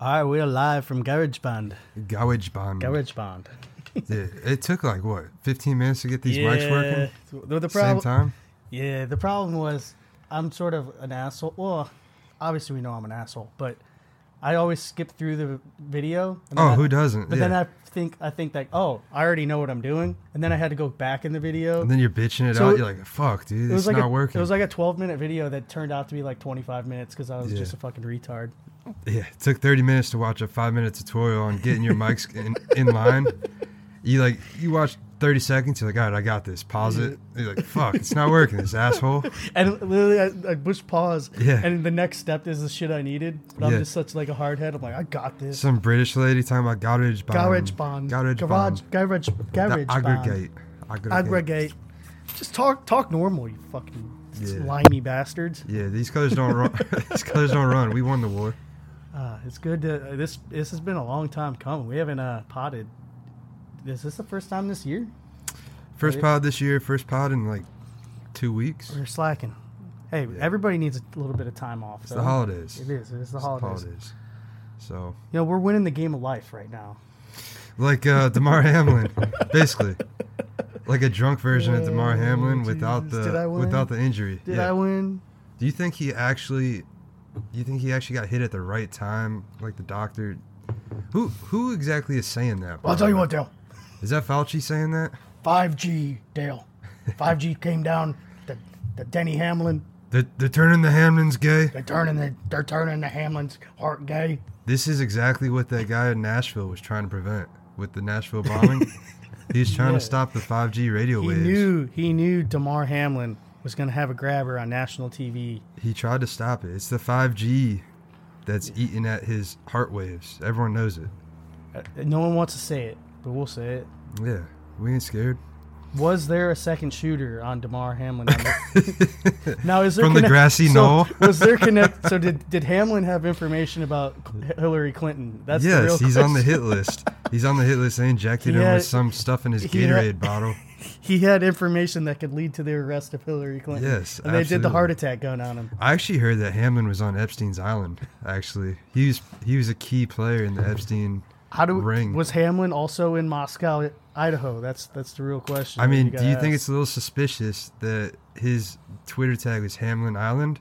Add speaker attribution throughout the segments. Speaker 1: All right, we're live from GarageBand.
Speaker 2: Gowage Bond.
Speaker 1: GarageBand.
Speaker 2: Dude, it took like what, 15 minutes to get these mics working?
Speaker 1: The, the
Speaker 2: Same
Speaker 1: problem,
Speaker 2: time?
Speaker 1: Yeah, the problem was I'm sort of an asshole. Well, obviously we know I'm an asshole, but I always skip through the video. and then
Speaker 2: Oh,
Speaker 1: I-
Speaker 2: who doesn't?
Speaker 1: But
Speaker 2: yeah.
Speaker 1: then I think I think like, oh, I already know what I'm doing, and then I had to go back in the video.
Speaker 2: and then you're bitching it
Speaker 1: So
Speaker 2: out.
Speaker 1: it-
Speaker 2: You're like, fuck, dude,
Speaker 1: it
Speaker 2: it's
Speaker 1: was like
Speaker 2: not
Speaker 1: a,
Speaker 2: working.
Speaker 1: It was like a 12 minute video that turned out to be like 25 minutes because I was
Speaker 2: Yeah.
Speaker 1: just a fucking retard.
Speaker 2: yeah, it took 30 minutes to watch a five minute tutorial on getting your mics in, in line. You like, you watch 30 seconds, you're like, all right, I got this. Pause it. You're like, fuck, it's not working, this asshole.
Speaker 1: And literally, I, I pushed pause.
Speaker 2: Yeah.
Speaker 1: And the next step is the shit I needed. But I'm
Speaker 2: Yeah.
Speaker 1: just such like a hard head. I'm like, I got this.
Speaker 2: Some British lady talking about garage bomb.
Speaker 1: Garage bond.
Speaker 2: Garage
Speaker 1: Garage.
Speaker 2: bomb.
Speaker 1: Garage.
Speaker 2: The
Speaker 1: Garage. bond.
Speaker 2: aggregate. Aggregate.
Speaker 1: Aggregate. Just talk. Talk normal. You fucking
Speaker 2: Yeah.
Speaker 1: slimy bastards.
Speaker 2: Yeah, these colors don't run. these colors don't run. We won the war.
Speaker 1: Uh, it's good to uh, this. This has been a long time coming. We haven't uh, potted. Is this the first time this year?
Speaker 2: First
Speaker 1: Right.
Speaker 2: pod this year, first pod in like two weeks.
Speaker 1: We're slacking. Hey, everybody needs a little bit of time off.
Speaker 2: It's the holidays.
Speaker 1: It is. It's the
Speaker 2: It's
Speaker 1: holidays.
Speaker 2: So,
Speaker 1: You know, we're winning the game of life right now.
Speaker 2: like uh, Damar Hamlin, basically, like a drunk version of Damar Hamlin without
Speaker 1: Jesus. Did I
Speaker 2: the
Speaker 1: win?
Speaker 2: without the injury.
Speaker 1: Did
Speaker 2: Yeah.
Speaker 1: I win?
Speaker 2: Do you think he actually? Do you think he actually got hit at the right time? Like the doctor. Who who exactly is saying that? by
Speaker 1: I'll tell
Speaker 2: the
Speaker 1: you
Speaker 2: way?
Speaker 1: what, Dale.
Speaker 2: Is that Fauci saying that?
Speaker 1: 5G, Dale. 5G came down. The, the Denny Hamlin.
Speaker 2: They're, they're turning the Hamlins gay.
Speaker 1: They're turning the they're turning the Hamlin's heart gay.
Speaker 2: This is exactly what that guy in Nashville was trying to prevent with the Nashville bombing. he was trying
Speaker 1: Yeah.
Speaker 2: to stop the 5G radio
Speaker 1: He
Speaker 2: waves.
Speaker 1: knew he knew Damar Hamlin was gonna have a grabber on national TV.
Speaker 2: He tried to stop it. It's the 5G that's eating at his heart waves. Everyone knows it.
Speaker 1: Uh, No one wants to say it, but we'll say it.
Speaker 2: Yeah, we ain't scared.
Speaker 1: Was there a second shooter on Damar Hamlin? On the- now is there
Speaker 2: From the grassy
Speaker 1: so,
Speaker 2: knoll?
Speaker 1: was there connect? So did did Hamlin have information about Cl- Hillary Clinton? That's the real
Speaker 2: yes, he's on the
Speaker 1: question.
Speaker 2: hit list. He's on the hit list. They injected
Speaker 1: He
Speaker 2: him
Speaker 1: had-
Speaker 2: with some stuff in his
Speaker 1: he had-
Speaker 2: Gatorade bottle.
Speaker 1: He had information that could lead to the arrest of Hillary Clinton.
Speaker 2: Yes,
Speaker 1: and they did the
Speaker 2: absolutely.
Speaker 1: heart attack gun on him.
Speaker 2: I actually heard that Hamlin was on Epstein's island. Actually, he was he was a key player in the Epstein.
Speaker 1: How do
Speaker 2: Ring.
Speaker 1: was Hamlin also in Moscow, Idaho? That's that's the real question.
Speaker 2: I
Speaker 1: that
Speaker 2: mean,
Speaker 1: gotta
Speaker 2: do you think
Speaker 1: ask.
Speaker 2: it's a little suspicious that his Twitter tag is Hamlin Island?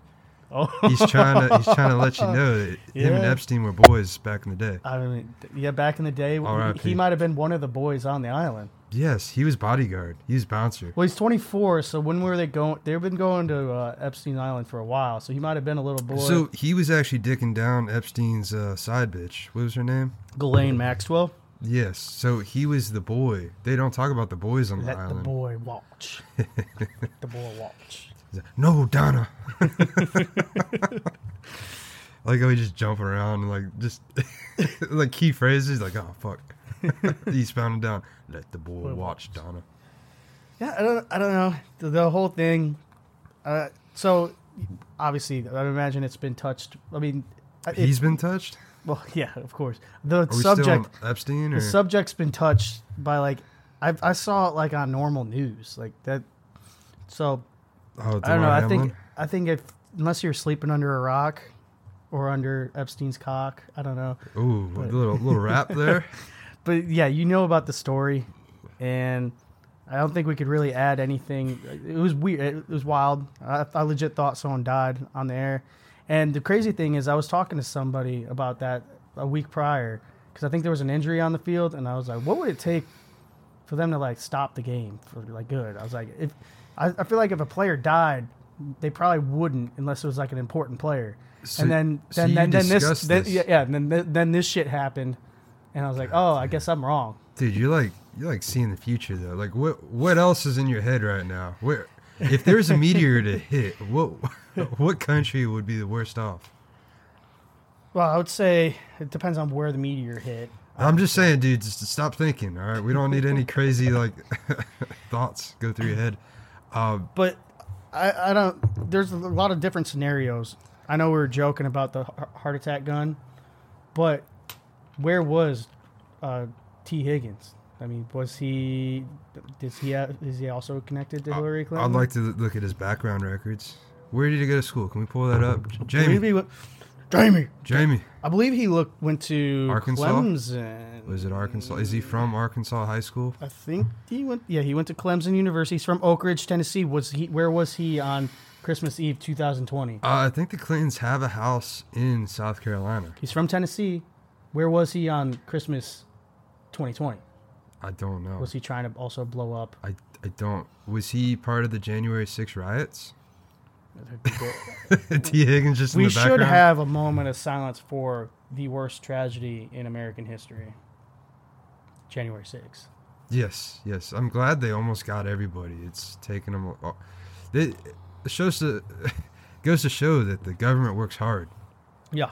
Speaker 1: Oh,
Speaker 2: He's trying to he's trying to let you know that him and
Speaker 1: Yeah.
Speaker 2: Epstein were boys back in the day.
Speaker 1: I mean, th- yeah. Back in the day, he,
Speaker 2: R.I.P..
Speaker 1: he might have been one of the boys on the island.
Speaker 2: Yes, he was bodyguard. He was bouncer.
Speaker 1: Well, he's 24, so when were they going? They've been going to uh, Epstein Island for a while, so he might have been a little boy.
Speaker 2: So he was actually dicking down Epstein's uh, side bitch. What was her name?
Speaker 1: Ghislaine Maxwell,
Speaker 2: Yes. So he was the boy. They don't talk about the boys on the
Speaker 1: let the
Speaker 2: island.
Speaker 1: boy watch. the boy watch.
Speaker 2: no, Donna. like how he just jump around and like just like key phrases. Like oh fuck, he's pounding down. Let the boy watch Donna.
Speaker 1: Yeah, I don't, I don't know the, the whole thing. Uh, so obviously, I would imagine it's been touched. I mean, it-
Speaker 2: He's been touched.
Speaker 1: well, yeah, of course. The
Speaker 2: Are we
Speaker 1: subject,
Speaker 2: still on Epstein? Or?
Speaker 1: the subject's been touched by like I, I saw it like on normal news like that. So
Speaker 2: oh,
Speaker 1: I don't know.
Speaker 2: Damar
Speaker 1: I think
Speaker 2: Hamlin?
Speaker 1: I think if unless you're sleeping under a rock or under Epstein's cock, I don't know.
Speaker 2: Ooh, a little little rap there.
Speaker 1: But yeah, you know about the story, and I don't think we could really add anything. It was weird. It was wild. I, I legit thought someone died on the air. And the crazy thing is, I was talking to somebody about that a week prior because I think there was an injury on the field, and I was like, what would it take for them to like stop the game for like good. I was like, if I, I feel like if a player died, they probably wouldn't unless it was like an important player.
Speaker 2: So-
Speaker 1: and then
Speaker 2: so
Speaker 1: then
Speaker 2: you
Speaker 1: then, then this,
Speaker 2: discussed
Speaker 1: then-
Speaker 2: this.
Speaker 1: yeah, yeah and then th- then this shit happened, and I was like, oh, I guess I'm wrong.
Speaker 2: Dude, you're like you're like seeing the future though. Like what what else is in your head right now? Where if there's a meteor to hit, what what country would be the worst off?
Speaker 1: Well, I would say it depends on where the meteor hit.
Speaker 2: I'm just saying, dude, just stop thinking. All right, we don't need any crazy like thoughts go through your head. Um,
Speaker 1: but I, I don't. There's a lot of different scenarios. I know we were joking about the h- heart attack gun, but where was uh, T. Higgins? I mean, was he? Does he? Have, is he also connected to Hillary
Speaker 2: I'd
Speaker 1: Clinton?
Speaker 2: like to look at his background records. Where did he go to school? Can we pull that up,
Speaker 1: Believe
Speaker 2: J- Jamie?
Speaker 1: me, what- Jamie.
Speaker 2: Jamie,
Speaker 1: I believe he looked went to
Speaker 2: Arkansas?
Speaker 1: Clemson.
Speaker 2: was it Arkansas? Is he from Arkansas High School?
Speaker 1: I think he went. Yeah, he went to Clemson University. He's from Oak Ridge, Tennessee. Was he? Where was he on Christmas Eve, 2020?
Speaker 2: Uh, I think the Clintons have a house in South Carolina.
Speaker 1: He's from Tennessee. Where was he on Christmas, 2020?
Speaker 2: I don't know.
Speaker 1: Was he trying to also blow up?
Speaker 2: I, I don't. Was he part of the January 6 riots? T. Higgins just in
Speaker 1: we
Speaker 2: the
Speaker 1: should
Speaker 2: background.
Speaker 1: have a moment of silence for the worst tragedy in American history. January 6th.
Speaker 2: Yes, yes. I'm glad they almost got everybody. It's taken them. a- It it shows to goes to show that the government works hard.
Speaker 1: Yeah.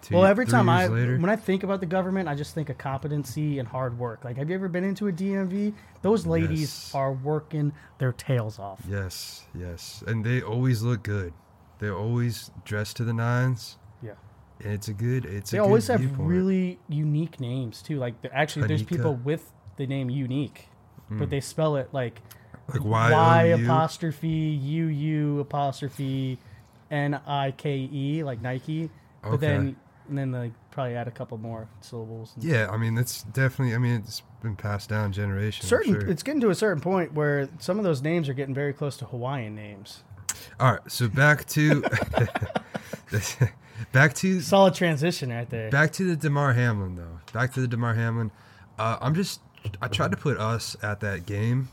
Speaker 2: Two,
Speaker 1: Well, every
Speaker 2: three
Speaker 1: time I
Speaker 2: years later,
Speaker 1: when I think about the government, I just think of competency and hard work. Like, have you ever been into a DMV? Those ladies
Speaker 2: Yes.
Speaker 1: are working their tails off.
Speaker 2: yes, yes, and they always look good. They're always dressed to the nines.
Speaker 1: Yeah.
Speaker 2: And it's a good. It's
Speaker 1: They
Speaker 2: a
Speaker 1: always
Speaker 2: good
Speaker 1: have
Speaker 2: viewpoint.
Speaker 1: really unique names too. Like, the- actually, there's
Speaker 2: Anika.
Speaker 1: people with the name unique, but they spell it like
Speaker 2: like
Speaker 1: Y
Speaker 2: Mm. Y O U.
Speaker 1: apostrophe U U apostrophe N I K E like Nike. But
Speaker 2: Okay.
Speaker 1: then and then like probably add a couple more syllables. And
Speaker 2: Yeah, I mean that's definitely. I mean it's been passed down generation.
Speaker 1: certain
Speaker 2: Sure.
Speaker 1: it's getting to a certain point where some of those names are getting very close to Hawaiian names.
Speaker 2: All right, so back to back to
Speaker 1: Solid transition right there.
Speaker 2: back to the Demar Hamlin though. Back to the Demar Hamlin. Uh, I'm just. I tried to put us at that game.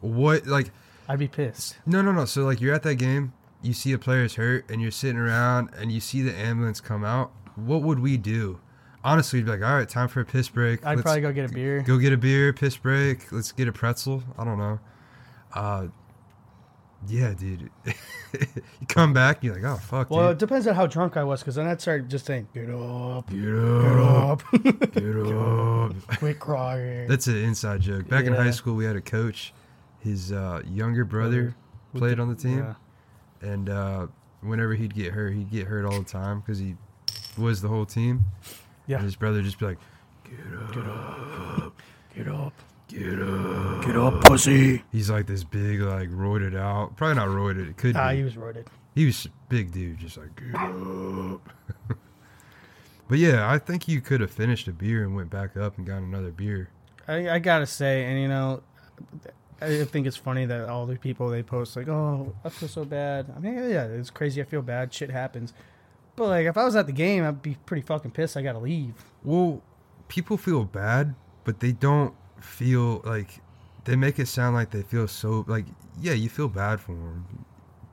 Speaker 2: What like
Speaker 1: I'd be pissed.
Speaker 2: no no no. So like you're at that game, you see a player's hurt, and you're sitting around, and you see the ambulance come out. What would we do? Honestly, we'd be like, all right, time for a piss break.
Speaker 1: I'd
Speaker 2: Let's
Speaker 1: probably go get a beer.
Speaker 2: Go get a beer, piss break. Let's get a pretzel. I don't know. Uh, yeah, dude. you come back, you're like, oh fuck,
Speaker 1: well, it
Speaker 2: dude.
Speaker 1: depends on how drunk I was, because then I'd start just saying, "Get up,
Speaker 2: Get
Speaker 1: get
Speaker 2: up,
Speaker 1: up,
Speaker 2: get up.
Speaker 1: quit crying."
Speaker 2: That's an inside joke. Back in
Speaker 1: Yeah.
Speaker 2: high school, we had a coach. His uh, younger brother
Speaker 1: With
Speaker 2: played
Speaker 1: the-
Speaker 2: on the team,
Speaker 1: yeah.
Speaker 2: and uh, whenever he'd get hurt, he'd get hurt all the time because he was the whole team.
Speaker 1: Yeah.
Speaker 2: And his brother would just be like,
Speaker 1: Get up.
Speaker 2: "Get up."
Speaker 1: Get up, pussy.
Speaker 2: He's like this big, like roided out. Probably not roided. It could
Speaker 1: Ah,
Speaker 2: be.
Speaker 1: he was roided.
Speaker 2: He was a big dude, just like get up. but yeah, I think you could have finished a beer and went back up and got another beer.
Speaker 1: I, I gotta say, and you know, I think it's funny that all the people they post like, "Oh, I feel so bad." I mean, yeah, it's crazy. I feel bad. Shit happens. But like, if I was at the game, I'd be pretty fucking pissed. I gotta leave.
Speaker 2: Well, people feel bad, but they don't feel like they make it sound like they feel so like yeah, you feel bad for him,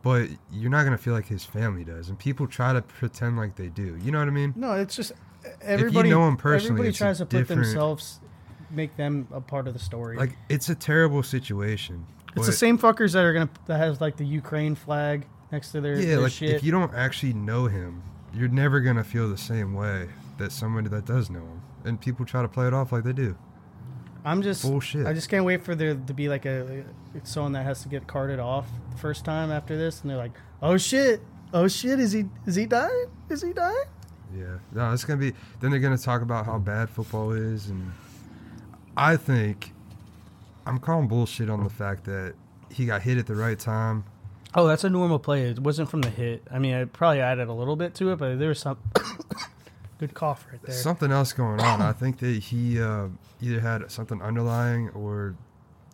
Speaker 2: but you're not gonna feel like his family does, and people try to pretend like they do. You know what I mean?
Speaker 1: No, it's just e, everybody.
Speaker 2: know 'em personally,
Speaker 1: everybody
Speaker 2: it's a
Speaker 1: tries to put
Speaker 2: different-
Speaker 1: themselves, make them a part of the story.
Speaker 2: Like it's a terrible situation.
Speaker 1: it's the
Speaker 2: but-
Speaker 1: same fuckers that are gonna that has like the Ukraine flag next to their,
Speaker 2: Yeah,
Speaker 1: their
Speaker 2: like
Speaker 1: shit.
Speaker 2: if you don't actually know him, you're never gonna feel the same way that somebody that does know him. And people try to play it off like they do.
Speaker 1: I'm just
Speaker 2: Bullshit.
Speaker 1: I just can't wait for there to be like a it's someone that has to get carted off the first time after this, and they're like, "Oh shit, oh shit, is he is he dying? Is he dying?"
Speaker 2: Yeah. No, it's gonna be. Then they're gonna talk about how bad football is, and I think I'm calling bullshit on the fact that he got hit at the right time.
Speaker 1: Oh, that's a normal play. It wasn't from the hit. I mean, I probably added a little bit to it, but there was some good cough right there.
Speaker 2: Something else going on. I think that he uh, either had something underlying or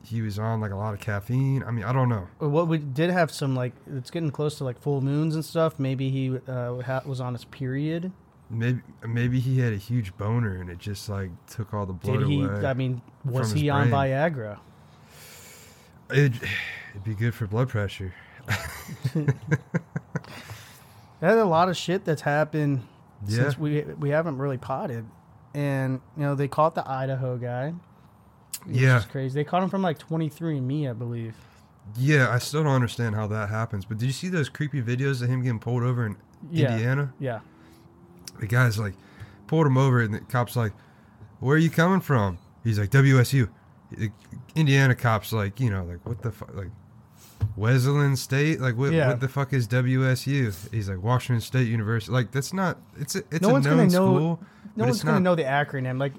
Speaker 2: he was on like a lot of caffeine. I mean, I don't know.
Speaker 1: Or what we did have some like it's getting close to like full moons and stuff. Maybe he uh, ha- was on his period.
Speaker 2: Maybe maybe he had a huge boner and it just like took all the blood
Speaker 1: Did he?
Speaker 2: away.
Speaker 1: I mean, was
Speaker 2: from his
Speaker 1: he on
Speaker 2: brain.
Speaker 1: Viagra?
Speaker 2: It'd, it'd be good for blood pressure.
Speaker 1: There's a lot of shit that's happened
Speaker 2: Yeah.
Speaker 1: since we we haven't really potted, and you know they caught the Idaho guy. which
Speaker 2: Yeah.
Speaker 1: is crazy. They caught him from like 23andMe, I believe.
Speaker 2: Yeah, I still don't understand how that happens. But did you see those creepy videos of him getting pulled over in
Speaker 1: Yeah.
Speaker 2: Indiana?
Speaker 1: Yeah,
Speaker 2: The guy's like, pulled him over, and the cop's like, "Where are you coming from?" He's like, "WSU." The Indiana cops like, you know, like what the fuck, like Wesleyan State, like what,
Speaker 1: Yeah.
Speaker 2: what the fuck is WSU? He's like Washington State University. Like that's not. It's a, it's
Speaker 1: No
Speaker 2: a
Speaker 1: one's
Speaker 2: known
Speaker 1: gonna know-
Speaker 2: school.
Speaker 1: no
Speaker 2: but
Speaker 1: one's
Speaker 2: it's
Speaker 1: gonna
Speaker 2: not-
Speaker 1: know the acronym. Like,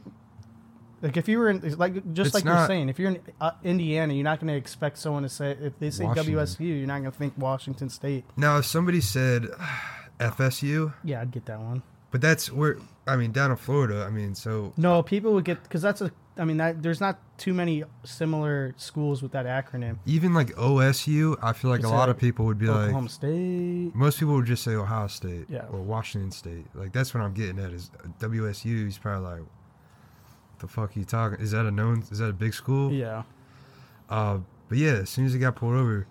Speaker 1: like if you were in it's like just
Speaker 2: It's
Speaker 1: like you're
Speaker 2: not-
Speaker 1: saying, if you're in uh, Indiana, you're not gonna expect someone to say if they say
Speaker 2: Washington.
Speaker 1: WSU, you're not gonna think Washington State.
Speaker 2: Now, if somebody said FSU,
Speaker 1: Yeah, I'd get that one.
Speaker 2: but that's where I mean down in Florida. I mean, so
Speaker 1: No, people would get because that's a. I mean, that there's not too many similar schools with that acronym.
Speaker 2: even like OSU, I feel like
Speaker 1: It's
Speaker 2: a lot
Speaker 1: like
Speaker 2: of people would be
Speaker 1: Oklahoma
Speaker 2: like,
Speaker 1: State.
Speaker 2: most people would just say Ohio State
Speaker 1: Yeah.
Speaker 2: or Washington State. Like that's what I'm getting at is uh, WSU is probably like, the fuck you talking? Is that a known? Is that a big school?
Speaker 1: Yeah,
Speaker 2: Uh, but yeah, as soon as he got pulled over,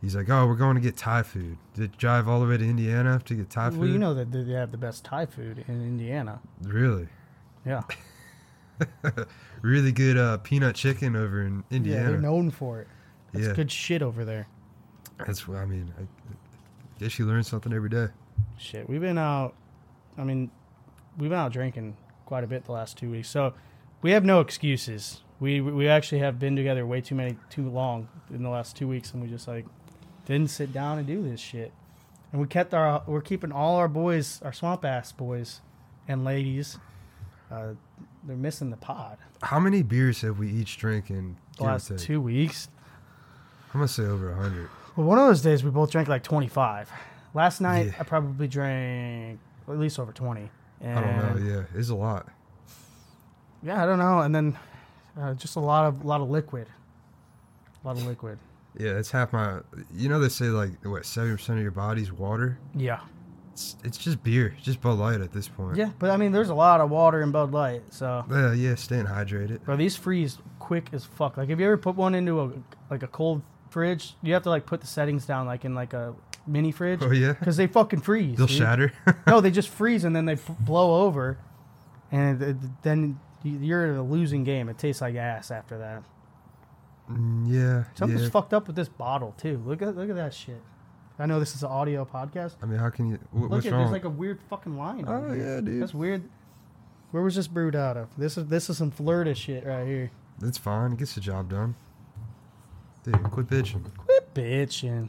Speaker 2: he's like, "Oh, we're going to get Thai food." Did drive all the way to Indiana to get Thai food?
Speaker 1: well, you know that they they have the best Thai food in Indiana.
Speaker 2: really,
Speaker 1: Yeah,
Speaker 2: really good uh, peanut chicken over in
Speaker 1: yeah, they're
Speaker 2: Indiana.
Speaker 1: known for it. That's
Speaker 2: Yeah.
Speaker 1: good shit over there.
Speaker 2: That's what I mean. I, I guess you learn something every day.
Speaker 1: Shit, we've been out. I mean, we've been out drinking quite a bit the last two weeks, so we have no excuses. We we actually have been together way too many too long in the last two weeks, and we just like didn't sit down and do this shit. And we kept our we're keeping all our boys, our swamp ass boys and ladies. Uh, they're missing the pod
Speaker 2: How many beers have we each drank in?
Speaker 1: the
Speaker 2: give or
Speaker 1: last
Speaker 2: take?
Speaker 1: two weeks.
Speaker 2: I'm gonna say over a hundred.
Speaker 1: Well, one of those days we both drank like 25. Last night
Speaker 2: Yeah.
Speaker 1: I probably drank at least over 20. And
Speaker 2: I don't know. Yeah, it's a lot.
Speaker 1: Yeah, I don't know. And then uh, just a lot of lot of liquid, a lot of liquid.
Speaker 2: Yeah, that's half my. You know they say like what seventy percent of your body's water.
Speaker 1: Yeah,
Speaker 2: It's it's just beer, just Bud Light at this point.
Speaker 1: yeah. But I mean, there's a lot of water in Bud Light, so
Speaker 2: Yeah, yeah, staying hydrated.
Speaker 1: bro, these freeze quick as fuck. Like, have you ever put one into a like a cold fridge? You have to like put the settings down like in like a mini fridge.
Speaker 2: Oh, yeah?
Speaker 1: because they fucking freeze.
Speaker 2: They'll
Speaker 1: dude.
Speaker 2: shatter.
Speaker 1: No, they just freeze and then they f- blow over, and it- it- then you- you're in a losing game. It tastes like ass after that.
Speaker 2: Mm, yeah.
Speaker 1: Something's
Speaker 2: yeah.
Speaker 1: fucked up with this bottle too. Look at look at that shit. I know this is an audio podcast.
Speaker 2: I mean, how can you? wh-
Speaker 1: Look
Speaker 2: what's
Speaker 1: at
Speaker 2: wrong?
Speaker 1: there's like a weird fucking line. on
Speaker 2: Oh,
Speaker 1: here.
Speaker 2: yeah, dude.
Speaker 1: That's weird. Where was this brewed out of? This is this is some Florida shit right here.
Speaker 2: It's fine. It gets the job done. Dude, quit bitching.
Speaker 1: Quit bitching.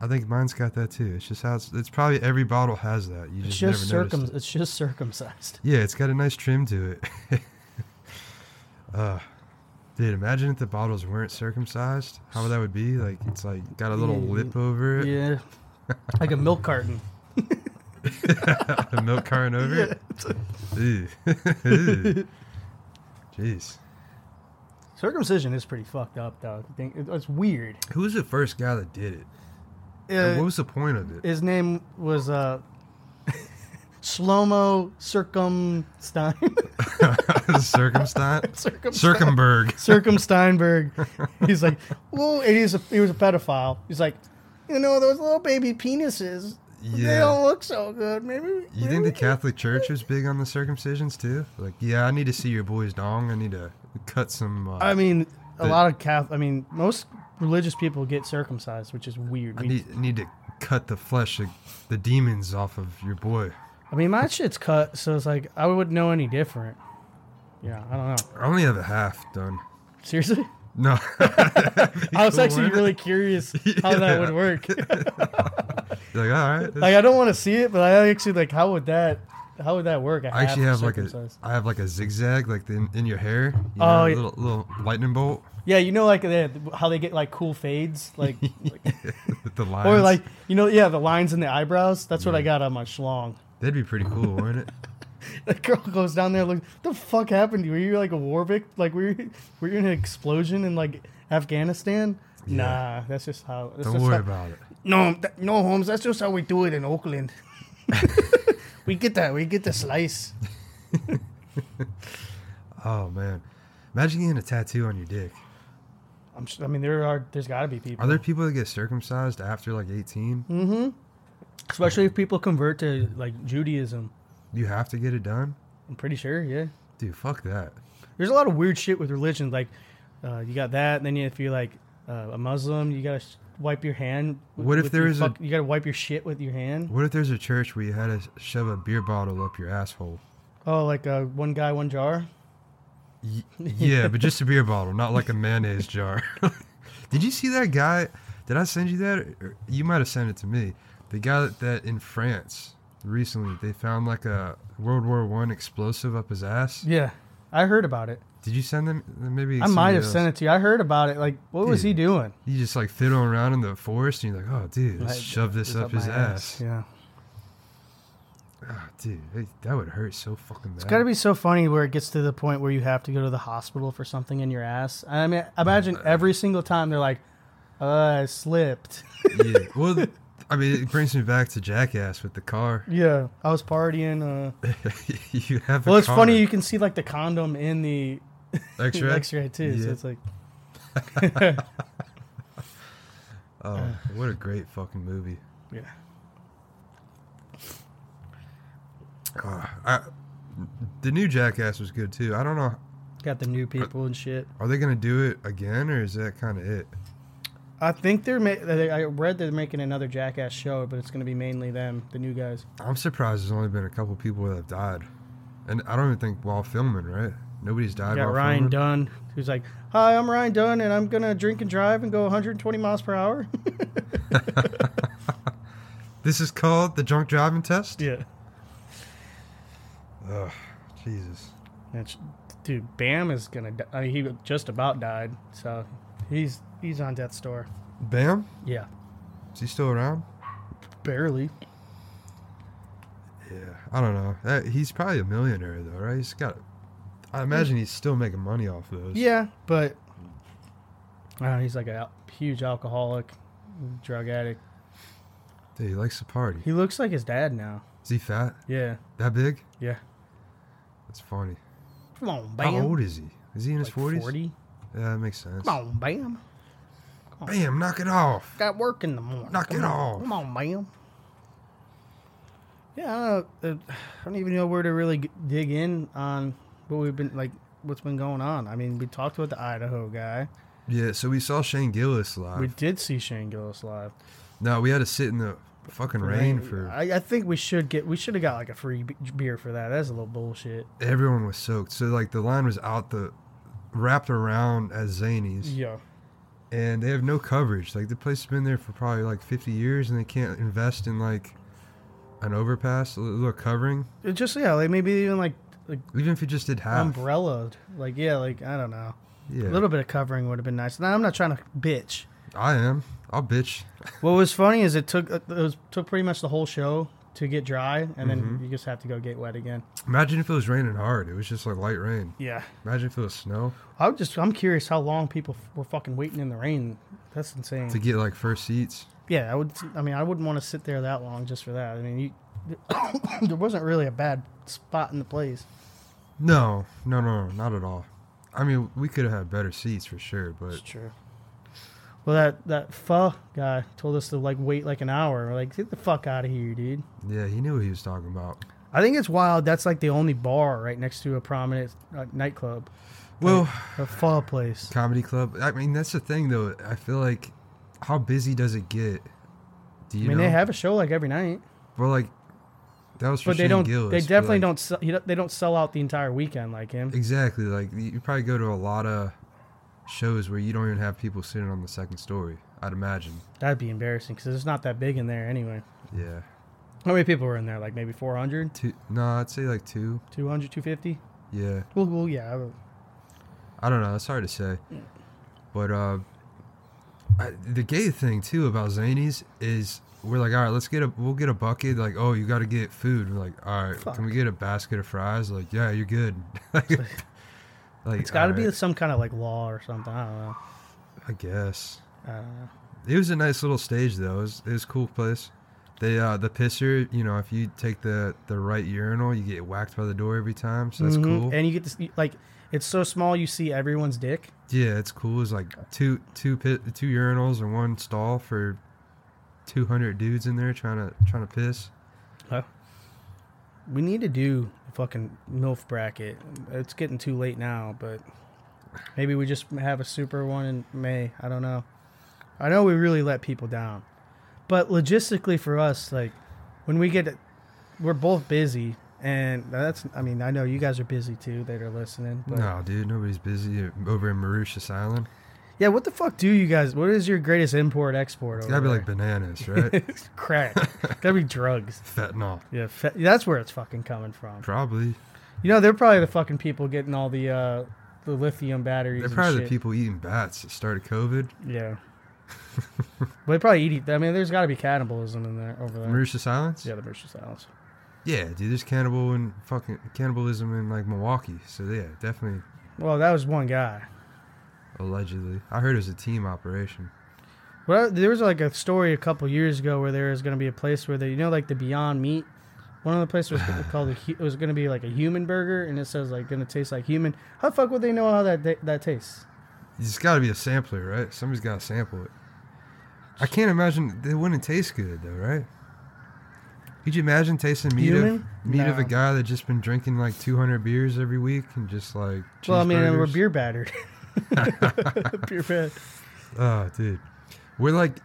Speaker 2: I think mine's got that too. It's just how it's. It's probably every bottle has that. You
Speaker 1: It's
Speaker 2: just,
Speaker 1: just
Speaker 2: never noticed.
Speaker 1: circum.
Speaker 2: it.
Speaker 1: It's just circumcised.
Speaker 2: Yeah, it's got a nice trim to it. uh, dude, imagine if the bottles weren't circumcised. How that would be? Like, it's like got a little
Speaker 1: Yeah.
Speaker 2: lip over it,
Speaker 1: Yeah, like a milk carton.
Speaker 2: a milk carton over it. Ew. Ew. Jeez.
Speaker 1: Circumcision is pretty fucked up though. I think it- It's weird.
Speaker 2: Who was the first guy that did it?
Speaker 1: Uh,
Speaker 2: and what was the point of it?
Speaker 1: his name was uh, Shlomo Circumstein.
Speaker 2: Circumstant?
Speaker 1: Circumstein.
Speaker 2: Circumberg.
Speaker 1: Circumsteinberg. He's like, well, and he's a, he was a pedophile. He's like, you know, those little baby penises, they
Speaker 2: Yeah.
Speaker 1: don't look so good. Maybe
Speaker 2: You think the Catholic Church was big on the circumcisions too? Like, yeah, I need to see your boy's dong. I need to cut some. Uh,
Speaker 1: I mean, a
Speaker 2: The-
Speaker 1: lot of Catholic. I mean, most religious people get circumcised, which is weird.
Speaker 2: I
Speaker 1: We-
Speaker 2: need I need to cut the flesh, of the demons off of your boy.
Speaker 1: I mean, my shit's cut, so it's like I wouldn't know any different. Yeah, I don't know.
Speaker 2: I only have a half done.
Speaker 1: Seriously,
Speaker 2: No,
Speaker 1: I was actually
Speaker 2: Cool, wouldn't it?
Speaker 1: really curious how that would
Speaker 2: Yeah.
Speaker 1: work.
Speaker 2: You're like all right. that's-
Speaker 1: like, I don't want to see it, but I actually like how would that how would that work?
Speaker 2: I actually
Speaker 1: half
Speaker 2: have like a
Speaker 1: circumcised.
Speaker 2: I have like a zigzag like in, in your hair. You
Speaker 1: Oh,
Speaker 2: know,
Speaker 1: yeah.
Speaker 2: little little lightning bolt.
Speaker 1: Yeah, you know, like they, how they get like cool fades, like,
Speaker 2: the lines.
Speaker 1: or like you know, yeah, the lines in the eyebrows. That's what I got on my schlong.
Speaker 2: that'd be pretty cool, wouldn't it?
Speaker 1: The girl goes down there, like, the fuck happened to you? Were you like a war victim? Like, were you, were you in an explosion in like Afghanistan?
Speaker 2: Yeah.
Speaker 1: Nah, that's just how. That's
Speaker 2: Don't
Speaker 1: just
Speaker 2: worry
Speaker 1: how-
Speaker 2: about it.
Speaker 1: No, th- no, Holmes. That's just how we do it in Oakland. we get that. We get the slice.
Speaker 2: Oh man, imagine getting a tattoo on your dick.
Speaker 1: I'm. s- I mean, there are. There's got to be people, Mm-hmm.
Speaker 2: Are there people that get circumcised after like 18?
Speaker 1: Hmm. especially if people convert to like Judaism.
Speaker 2: You have to get it done?
Speaker 1: I'm pretty sure. Yeah.
Speaker 2: Dude, fuck that.
Speaker 1: There's a lot of weird shit with religion. Like, uh, you got that, and then if you're like uh, a Muslim, you gotta sh- wipe your hand. w-
Speaker 2: What if
Speaker 1: with
Speaker 2: there
Speaker 1: your
Speaker 2: is a-
Speaker 1: You gotta wipe your shit with your hand.
Speaker 2: What if there's a church where you had to shove a beer bottle up your asshole?
Speaker 1: Oh, like uh, one guy, one jar.
Speaker 2: Y- yeah, but just a beer bottle, not like a mayonnaise jar. Did you see that guy? Did I send you that? Or- You might have sent it to me. The guy that, that in France recently they found like a World War One explosive up his ass.
Speaker 1: Yeah, I heard about it.
Speaker 2: Did you send them? Maybe
Speaker 1: I might have sent it to you. I heard about it. Like, what was he
Speaker 2: Dude,
Speaker 1: doing?
Speaker 2: You just like fiddle around in the forest and you're like, oh dude, let's
Speaker 1: Like,
Speaker 2: shove this
Speaker 1: it's
Speaker 2: up, his
Speaker 1: my
Speaker 2: ass.
Speaker 1: Yeah.
Speaker 2: Ah, dude, it- that would hurt so fucking bad.
Speaker 1: It's got to be so funny where it gets to the point where you have to go to the hospital for something in your ass. I mean,
Speaker 2: Uh,
Speaker 1: imagine every single time they're like, uh, I slipped.
Speaker 2: yeah. Well, th- I mean, it brings me back to Jackass with the car.
Speaker 1: yeah, I was partying. Uh.
Speaker 2: you have.
Speaker 1: Well,
Speaker 2: a
Speaker 1: it's
Speaker 2: car.
Speaker 1: funny you can see like the condom in the
Speaker 2: X-ray.
Speaker 1: X-ray too. So
Speaker 2: Yeah.
Speaker 1: it's like,
Speaker 2: Oh, what a great fucking movie.
Speaker 1: yeah,
Speaker 2: Uh, I, the new Jackass was good too. I don't know.
Speaker 1: got the new people and shit.
Speaker 2: Are they gonna do it again, or is that kind of it?
Speaker 1: I think they're. Ma- they, I read they're making another Jackass show, but it's going to be mainly them, the new guys.
Speaker 2: I'm surprised there's only been a couple people that have died, and I don't even think while filming, right? Nobody's died.
Speaker 1: You got
Speaker 2: while
Speaker 1: Ryan
Speaker 2: filming?
Speaker 1: Dunn, who's like, "Hi, I'm Ryan Dunn, and I'm gonna drink and drive and go 120 miles per hour."
Speaker 2: This is called the drunk driving test.
Speaker 1: yeah,
Speaker 2: Ugh, Jesus.
Speaker 1: That's, dude, Bam is gonna. Di- I mean, he just about died, so he's he's on death's door.
Speaker 2: Bam.
Speaker 1: Yeah,
Speaker 2: Is he still around?
Speaker 1: barely.
Speaker 2: Yeah. I don't know. That, he's probably a millionaire though, right? He's got. I imagine he's still making money off those.
Speaker 1: Yeah, but I don't know, he's like a al- huge alcoholic, drug addict.
Speaker 2: Dude, he likes to party.
Speaker 1: He looks like his dad now.
Speaker 2: Is he fat?
Speaker 1: Yeah,
Speaker 2: That big?
Speaker 1: yeah.
Speaker 2: That's funny.
Speaker 1: Come on, Bam.
Speaker 2: How old is he? Is he in his
Speaker 1: Like
Speaker 2: forties?
Speaker 1: 40?
Speaker 2: Yeah, that makes sense.
Speaker 1: Come on, Bam.
Speaker 2: Bam! Knock it off.
Speaker 1: got work in the morning.
Speaker 2: Knock
Speaker 1: come
Speaker 2: it
Speaker 1: on.
Speaker 2: off.
Speaker 1: Come on, ma'am. Yeah, I don't, know, uh, I don't even know where to really g- dig in on what we've been like, what's been going on. I mean, we talked about the Idaho guy.
Speaker 2: Yeah. So we saw Shane Gillis live.
Speaker 1: We did see Shane Gillis live.
Speaker 2: no, we had to sit in the fucking rain for.
Speaker 1: I, I think we should get. We should have got like a free b- beer for that. That's a little bullshit.
Speaker 2: Everyone was soaked. So like the line was out the, wrapped around as Zanies,
Speaker 1: Yeah,
Speaker 2: and they have no coverage. Like the place has been there for probably like 50 years, and they can't invest in like, an overpass, a li- little covering.
Speaker 1: It just yeah, like maybe even like like
Speaker 2: Even if you just did half.
Speaker 1: umbrellaed. Like yeah, like I don't know.
Speaker 2: Yeah.
Speaker 1: A little bit of covering would have been nice. Now I'm not trying to bitch.
Speaker 2: I am. I'll bitch.
Speaker 1: What was funny is it took it was, took pretty much the whole show to get dry, and
Speaker 2: Mm-hmm.
Speaker 1: then you just have to go get wet again.
Speaker 2: Imagine if it was raining hard. It was just like light rain.
Speaker 1: Yeah,
Speaker 2: Imagine if it was snow
Speaker 1: I would just I'm curious how long people f- were fucking waiting in the rain. That's insane.
Speaker 2: to get like first seats.
Speaker 1: yeah, I would. I mean, I wouldn't want to sit there that long just for that. I mean, you, there wasn't really a bad spot in the place.
Speaker 2: No, no, no, no, not at all. I mean, we could have had better seats for sure, but
Speaker 1: true. Well, that that pho guy told us to like wait like an hour. We're like, get the fuck out of here, dude.
Speaker 2: yeah, he knew what he was talking about.
Speaker 1: I think it's wild. That's like the only bar right next to a prominent uh, nightclub,
Speaker 2: Well,
Speaker 1: a pho place.
Speaker 2: comedy club. I mean, that's the thing though. I feel like how busy does it get? Do you
Speaker 1: I mean,
Speaker 2: know?
Speaker 1: they have a show like every night,
Speaker 2: but like that was for
Speaker 1: but they
Speaker 2: Shane
Speaker 1: don't.
Speaker 2: Gillis,
Speaker 1: they
Speaker 2: but,
Speaker 1: definitely
Speaker 2: like,
Speaker 1: don't. Sell, you know, they don't sell out the entire weekend like him.
Speaker 2: Exactly. Like you probably go to a lot of shows where you don't even have people sitting on the second story. I'd imagine.
Speaker 1: That'd be embarrassing because it's not that big in there anyway.
Speaker 2: Yeah.
Speaker 1: How many people were in there? Like maybe 400,
Speaker 2: Two. No, I'd say like two.
Speaker 1: 200, 250.
Speaker 2: Yeah.
Speaker 1: Well, well, yeah. I would-
Speaker 2: I don't know. It's hard to say. But uh, I, the gay thing too about Zanies is we're like, all right, let's get a, we'll get a bucket. Like, oh, you got to get food. We're like, all right,
Speaker 1: Fuck.
Speaker 2: can we get a basket of fries? Like, yeah, you're good. like,
Speaker 1: It's got to
Speaker 2: all
Speaker 1: be
Speaker 2: right,
Speaker 1: some kind of like law or something. I don't know. Uh,
Speaker 2: I guess
Speaker 1: I don't know.
Speaker 2: it was a nice little stage though. It was, it was a cool place. They uh, the pisser, you know, if you take the the right urinal, you get whacked by the door every time. So that's
Speaker 1: Mhm.
Speaker 2: cool.
Speaker 1: And you get this like it's so small you see everyone's dick.
Speaker 2: Yeah, it's cool. It's like two two pit, two urinals and one stall for two hundred dudes in there trying to trying to piss.
Speaker 1: We need to do a fucking MILF bracket. It's getting too late now, but maybe we just have a super one in May. I don't know. I know we really let people down. But logistically for us, like when we get we're both busy and that's I mean, I know you guys are busy too that are listening. But
Speaker 2: No, dude, nobody's busy over in Mauritius Island.
Speaker 1: yeah, what the fuck do you guys what is your greatest import export
Speaker 2: It's
Speaker 1: over
Speaker 2: gotta be
Speaker 1: there?
Speaker 2: like bananas, right?
Speaker 1: crack. gotta be drugs.
Speaker 2: Fentanyl,
Speaker 1: Yeah, fe- that's where it's fucking coming from.
Speaker 2: probably.
Speaker 1: You know, they're probably the fucking people getting all the uh, the lithium batteries.
Speaker 2: They're probably the
Speaker 1: and shit.
Speaker 2: people eating bats that started COVID.
Speaker 1: Yeah. but they probably eat. I mean, there's got to be cannibalism in there over there.
Speaker 2: Mauritius Islands.
Speaker 1: Yeah, the Mauritius Islands.
Speaker 2: Yeah, dude, there's cannibal and fucking cannibalism in like Milwaukee. So yeah, definitely
Speaker 1: Well, that was one guy.
Speaker 2: allegedly. I heard it was a team operation.
Speaker 1: Well, there was like a story a couple years ago where there was going to be a place where they, you know, like the Beyond Meat. One of the places was called a, hu- it was going to be like a human burger, and it says like going to taste like human. How the fuck would they know how that that, that tastes?
Speaker 2: It's got to be a sampler, right? Somebody's got to sample it. I can't imagine they wouldn't taste good though, right? Could you imagine tasting meat of
Speaker 1: Human?
Speaker 2: meat of a
Speaker 1: No.
Speaker 2: guy that just been drinking like 200 beers every week and just like
Speaker 1: Well, I mean, and we're
Speaker 2: cheeseburgers?
Speaker 1: beer battered. beer battered.
Speaker 2: Oh, dude. We're like,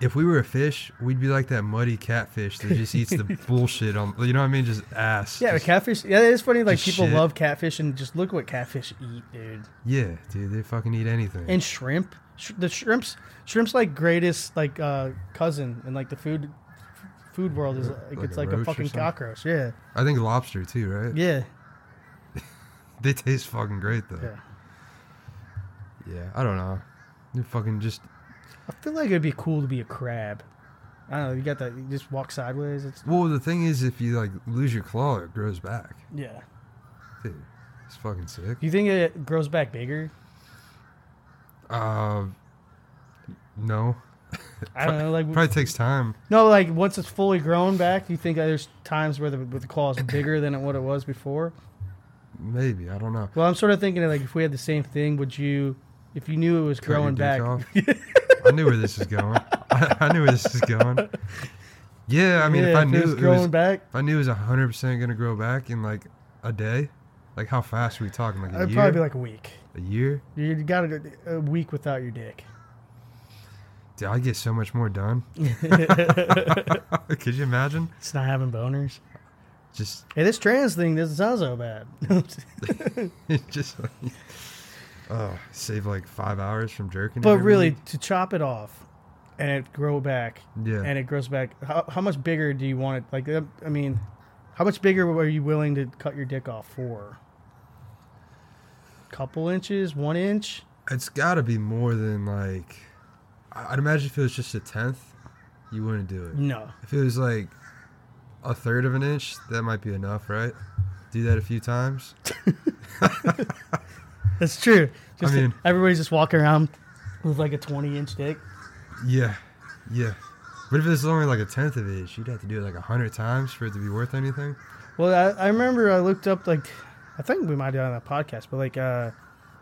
Speaker 2: if we were a fish, we'd be like that muddy catfish that just eats the bullshit on, you know what I mean? Just ass.
Speaker 1: Yeah, but
Speaker 2: Just-
Speaker 1: catfish. Yeah, it's funny. Like
Speaker 2: Just
Speaker 1: people
Speaker 2: shit.
Speaker 1: love catfish, and just look what catfish eat, dude.
Speaker 2: yeah, dude. They fucking eat anything.
Speaker 1: And shrimp. Sh- the shrimps. Shrimps like greatest like uh, cousin in like the food food world is like,
Speaker 2: Like
Speaker 1: it's
Speaker 2: a
Speaker 1: like
Speaker 2: roach
Speaker 1: a
Speaker 2: or
Speaker 1: fucking
Speaker 2: something?
Speaker 1: cockroach. Yeah.
Speaker 2: I think lobster, too, right?
Speaker 1: Yeah.
Speaker 2: They taste fucking great, though.
Speaker 1: Yeah.
Speaker 2: Yeah, I don't know. They fucking just,
Speaker 1: I feel like it'd be cool to be a crab. I don't know. You got that. You just walk sideways. It's
Speaker 2: well, the thing is, if you like lose your claw, it grows back.
Speaker 1: yeah.
Speaker 2: Dude, it's fucking sick.
Speaker 1: Do you think it grows back bigger?
Speaker 2: Uh, no.
Speaker 1: I don't know. Like
Speaker 2: Probably takes time.
Speaker 1: no, like once it's fully grown back, you think there's times where the, where the claw is bigger than what it was before.
Speaker 2: Maybe. I don't know.
Speaker 1: Well, I'm sort of thinking like if we had the same thing, would you, if you knew it was
Speaker 2: Cut your
Speaker 1: growing
Speaker 2: dick
Speaker 1: back?
Speaker 2: off. I knew where this is going. I, I knew where this is going. Yeah, I mean, if
Speaker 1: Yeah,
Speaker 2: I
Speaker 1: it
Speaker 2: knew
Speaker 1: was
Speaker 2: it
Speaker 1: growing
Speaker 2: was,
Speaker 1: back,
Speaker 2: if I knew it was hundred percent gonna grow back in like a day, like how fast are we talking? Like a
Speaker 1: it'd
Speaker 2: year?
Speaker 1: probably be like a week.
Speaker 2: a year?
Speaker 1: You got to go a week without your dick.
Speaker 2: Dude, I get so much more done.
Speaker 1: it's
Speaker 2: Could you imagine?
Speaker 1: not having boners.
Speaker 2: Just,
Speaker 1: Hey, this trans thing doesn't sound so bad.
Speaker 2: just, like, oh, save like five hours from jerking.
Speaker 1: but
Speaker 2: every
Speaker 1: really,
Speaker 2: week.
Speaker 1: to chop it off and it grow back
Speaker 2: yeah,
Speaker 1: and it grows back, how, how much bigger do you want it? Like, uh, I mean, how much bigger were you willing to cut your dick off for? Couple inches, one inch.
Speaker 2: it's got to be more than like. I- I'd imagine if it was just a tenth, you wouldn't do it.
Speaker 1: No,
Speaker 2: If it was like a third of an inch, that might be enough, right? Do that a few times.
Speaker 1: that's true. Just
Speaker 2: mean-
Speaker 1: everybody's just walking around with like a twenty-inch dick.
Speaker 2: Yeah, yeah. But if it's only like a tenth of it, you'd have to do it like a hundred times for it to be worth anything.
Speaker 1: Well, I, I remember I looked up like, I think we might have done it on a podcast, but like, uh,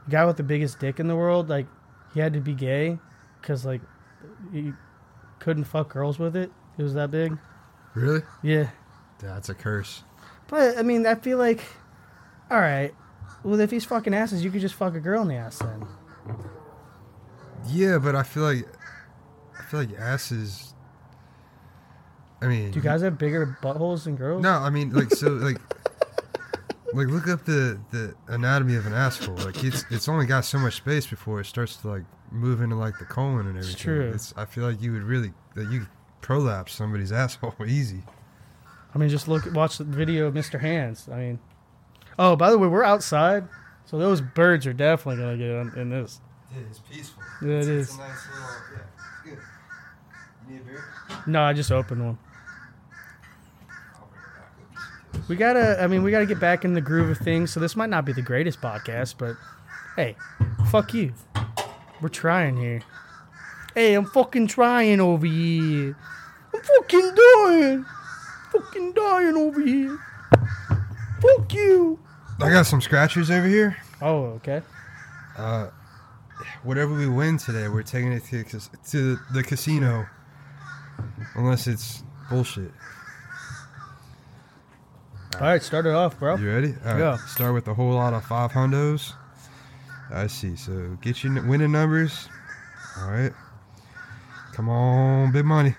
Speaker 1: the guy with the biggest dick in the world, like, he had to be gay because like, he couldn't fuck girls with it. It was that big.
Speaker 2: Really?
Speaker 1: Yeah,
Speaker 2: That's a curse.
Speaker 1: but I mean, I feel like, all right, well, if he's fucking asses, you could just fuck a girl in the ass then.
Speaker 2: Yeah, but I feel like I feel like asses. I mean,
Speaker 1: Do you guys have bigger buttholes than girls?
Speaker 2: No, I mean like so like like look up the the anatomy of an asshole. Like it's it's only got so much space before it starts to like move into like the colon and everything.
Speaker 1: true.
Speaker 2: It's I feel like you would really that you could prolapse somebody's asshole easy.
Speaker 1: I mean, just look, watch the video of Mr. Hands. I mean, oh, by the way, we're outside, so those birds are definitely gonna get on, in this.
Speaker 2: Yeah, it's peaceful.
Speaker 1: Yeah, it It's- it's is. a
Speaker 2: nice little yeah. It's good. You need a beer?
Speaker 1: No, I just opened one.
Speaker 2: I'll bring it
Speaker 1: We gotta. I mean, we gotta get back in the groove of things. So this might not be the greatest podcast, but hey, fuck you. We're trying here. Hey, I'm fucking trying over here. I'm fucking dying. Fucking dying over here. Fuck you.
Speaker 2: I got some scratchers over here.
Speaker 1: Oh, okay.
Speaker 2: Uh, whatever we win today, we're taking it to, cas- to the casino. Unless it's bullshit.
Speaker 1: All right, start it off, bro.
Speaker 2: You ready? All right.
Speaker 1: Yeah.
Speaker 2: Start with a whole lot of five hundos. I see. So get your n- winning numbers. All right. Come on, big money.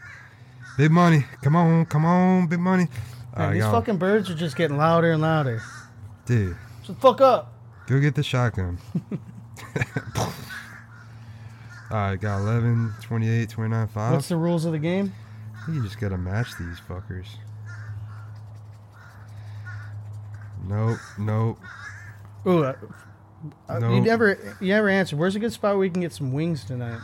Speaker 2: Big money. Come on, come on, big money. All
Speaker 1: Man,
Speaker 2: right,
Speaker 1: these
Speaker 2: y'all.
Speaker 1: fucking birds are just getting louder and louder.
Speaker 2: Dude,
Speaker 1: So fuck up.
Speaker 2: go get the shotgun. All right, got 11, 28, 29, 5.
Speaker 1: What's the rules of the game?
Speaker 2: I think you just gotta match these fuckers. Nope, nope.
Speaker 1: Ooh, uh, uh, you
Speaker 2: Nope.
Speaker 1: never, you never answered. Where's a good spot where we can get some wings tonight?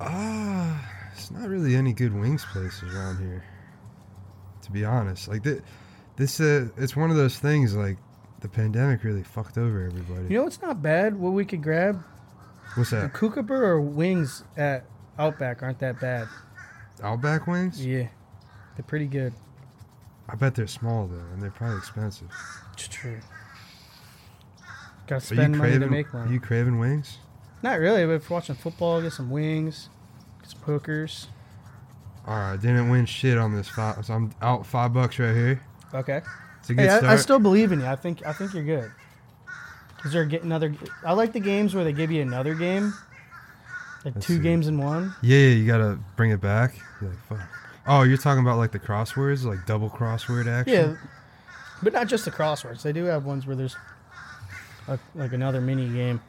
Speaker 2: Ah, it's not really any good wings places around here. to be honest. Like th- this, uh, it's one of those things. Like the pandemic really fucked over everybody.
Speaker 1: You know what's not bad? What we could grab?
Speaker 2: What's
Speaker 1: The
Speaker 2: that?
Speaker 1: kookaburra wings at Outback aren't that bad.
Speaker 2: Outback wings?
Speaker 1: Yeah, they're pretty good.
Speaker 2: I bet they're small though, and they're probably expensive.
Speaker 1: It's true. Gotta
Speaker 2: Are
Speaker 1: spend money
Speaker 2: you craving?
Speaker 1: to make
Speaker 2: Are
Speaker 1: one.
Speaker 2: you craving wings?
Speaker 1: Not really, but if we're watching football, get some wings, get some hookers.
Speaker 2: All right, didn't win shit on this five. So I'm out five bucks right here.
Speaker 1: Okay.
Speaker 2: It's a good
Speaker 1: Hey,
Speaker 2: start.
Speaker 1: I, I still believe in you. I think I think you're good. Is there get another? I like the games where they give you another game, like
Speaker 2: Let's
Speaker 1: two
Speaker 2: see.
Speaker 1: games in one.
Speaker 2: yeah, yeah, you gotta bring it back. You're like fuck. Oh, you're talking about like the crosswords, like double crossword action.
Speaker 1: Yeah, but not just the crosswords. They do have ones where there's a, like another mini game.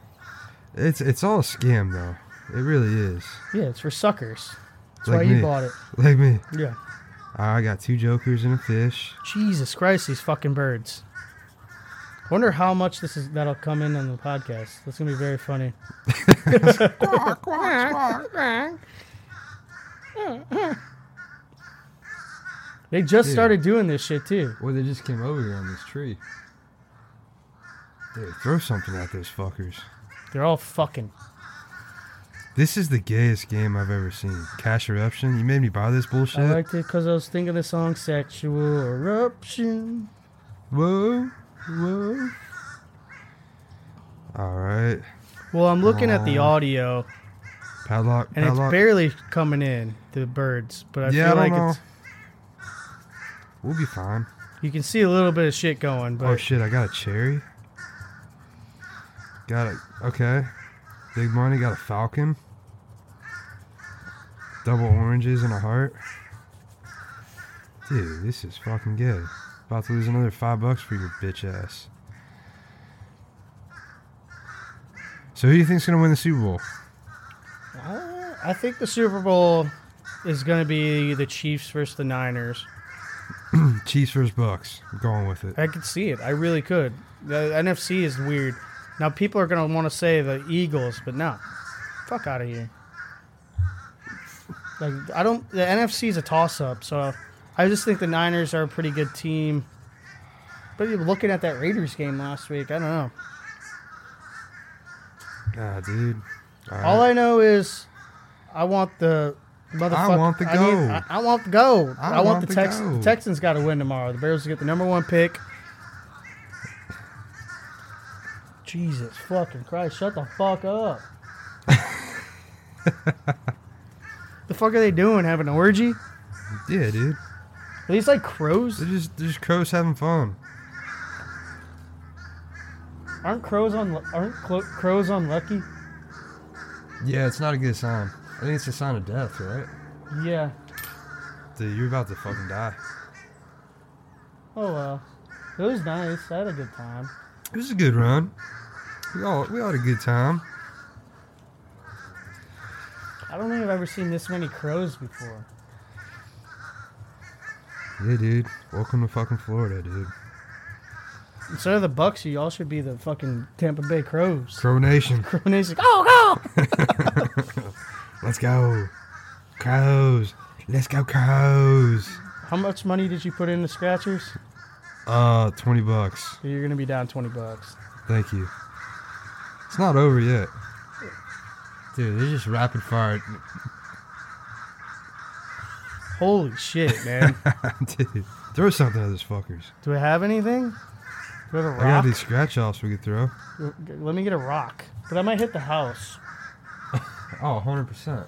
Speaker 2: It's it's all a scam though. It really is.
Speaker 1: Yeah, it's for suckers. That's
Speaker 2: Like
Speaker 1: why
Speaker 2: me.
Speaker 1: you bought it.
Speaker 2: Like me.
Speaker 1: Yeah.
Speaker 2: I got two jokers and a fish.
Speaker 1: Jesus Christ, these fucking birds. Wonder how much this is that'll come in on the podcast. That's gonna be very funny. They just
Speaker 2: Dude.
Speaker 1: started doing this shit too.
Speaker 3: Well, they just came over here on this tree.
Speaker 2: Dude, throw something at those fuckers.
Speaker 1: They're all fucking.
Speaker 2: This is the gayest game I've ever seen. Cash eruption. You made me buy this bullshit.
Speaker 1: I liked it because I was thinking the song "Sexual Eruption."
Speaker 2: whoa, whoa. All right,
Speaker 1: Well, I'm looking at the
Speaker 2: Oh.
Speaker 1: audio,
Speaker 2: padlock.
Speaker 1: and it's
Speaker 2: padlock.
Speaker 1: barely coming in the birds. But I
Speaker 2: yeah, I
Speaker 1: feel
Speaker 2: don't
Speaker 1: like
Speaker 2: know.
Speaker 1: it's,
Speaker 2: We'll be fine.
Speaker 1: you can see a little bit of shit going. But
Speaker 2: Oh shit! I got a cherry. Got it. Okay. Big money. Got a falcon. Double oranges and a heart. Dude, this is fucking good. About to lose another five bucks for your bitch ass. So who do you think's gonna win the Super Bowl?
Speaker 1: Uh, I think the Super Bowl is going to be the Chiefs versus the Niners.
Speaker 2: Chiefs versus Bucks. I'm going with it.
Speaker 1: I could see it. I really could. The NFC is weird. Now people are going to want to say the Eagles, but no, fuck out of here. Like I don't. The NFC is a toss-up, so I just think the Niners are a pretty good team. But you're looking at that Raiders game last week, I don't know.
Speaker 2: Ah, dude. All right.
Speaker 1: All I know is I want the motherfucker.
Speaker 2: want the
Speaker 1: I, need-
Speaker 2: go.
Speaker 1: I, I want the go. I, want, the, Tex-
Speaker 2: go.
Speaker 1: the Texans got to win tomorrow. The Bears get the number one pick. Jesus fucking Christ! Shut the fuck up. the fuck are they doing? Having an orgy? Are
Speaker 2: yeah, dude.
Speaker 1: these like crows?
Speaker 2: They're just they're just crows having fun.
Speaker 1: Aren't crows on? Aren't clo- crows unlucky?
Speaker 2: Yeah, it's not a good sign.
Speaker 3: I think it's a sign of death, right?
Speaker 1: Yeah.
Speaker 2: Dude, you're about to fucking die.
Speaker 1: Oh well. It was nice. I had a good time.
Speaker 2: It was a good run. We all we all had a good time.
Speaker 1: I don't think I've ever seen this many crows before.
Speaker 2: Yeah, dude. Welcome to fucking Florida, dude.
Speaker 1: Instead of the Bucks, you all should be the fucking Tampa Bay Crows.
Speaker 2: Crow Nation.
Speaker 1: Crow Nation, go go!
Speaker 2: Let's go. Crows. Let's go crows.
Speaker 1: How much money did you put in the scratchers?
Speaker 2: Uh, twenty bucks.
Speaker 1: You're gonna be down twenty bucks.
Speaker 2: Thank you. It's not over yet.
Speaker 3: Dude, they're just rapid fire.
Speaker 1: Holy shit, man!
Speaker 2: dude, throw something at those fuckers.
Speaker 1: Do I have anything? Do I have a
Speaker 2: I got
Speaker 1: rock?
Speaker 2: these scratch offs we could throw.
Speaker 1: Let me get a rock. But I might hit the house.
Speaker 3: Oh, 100%.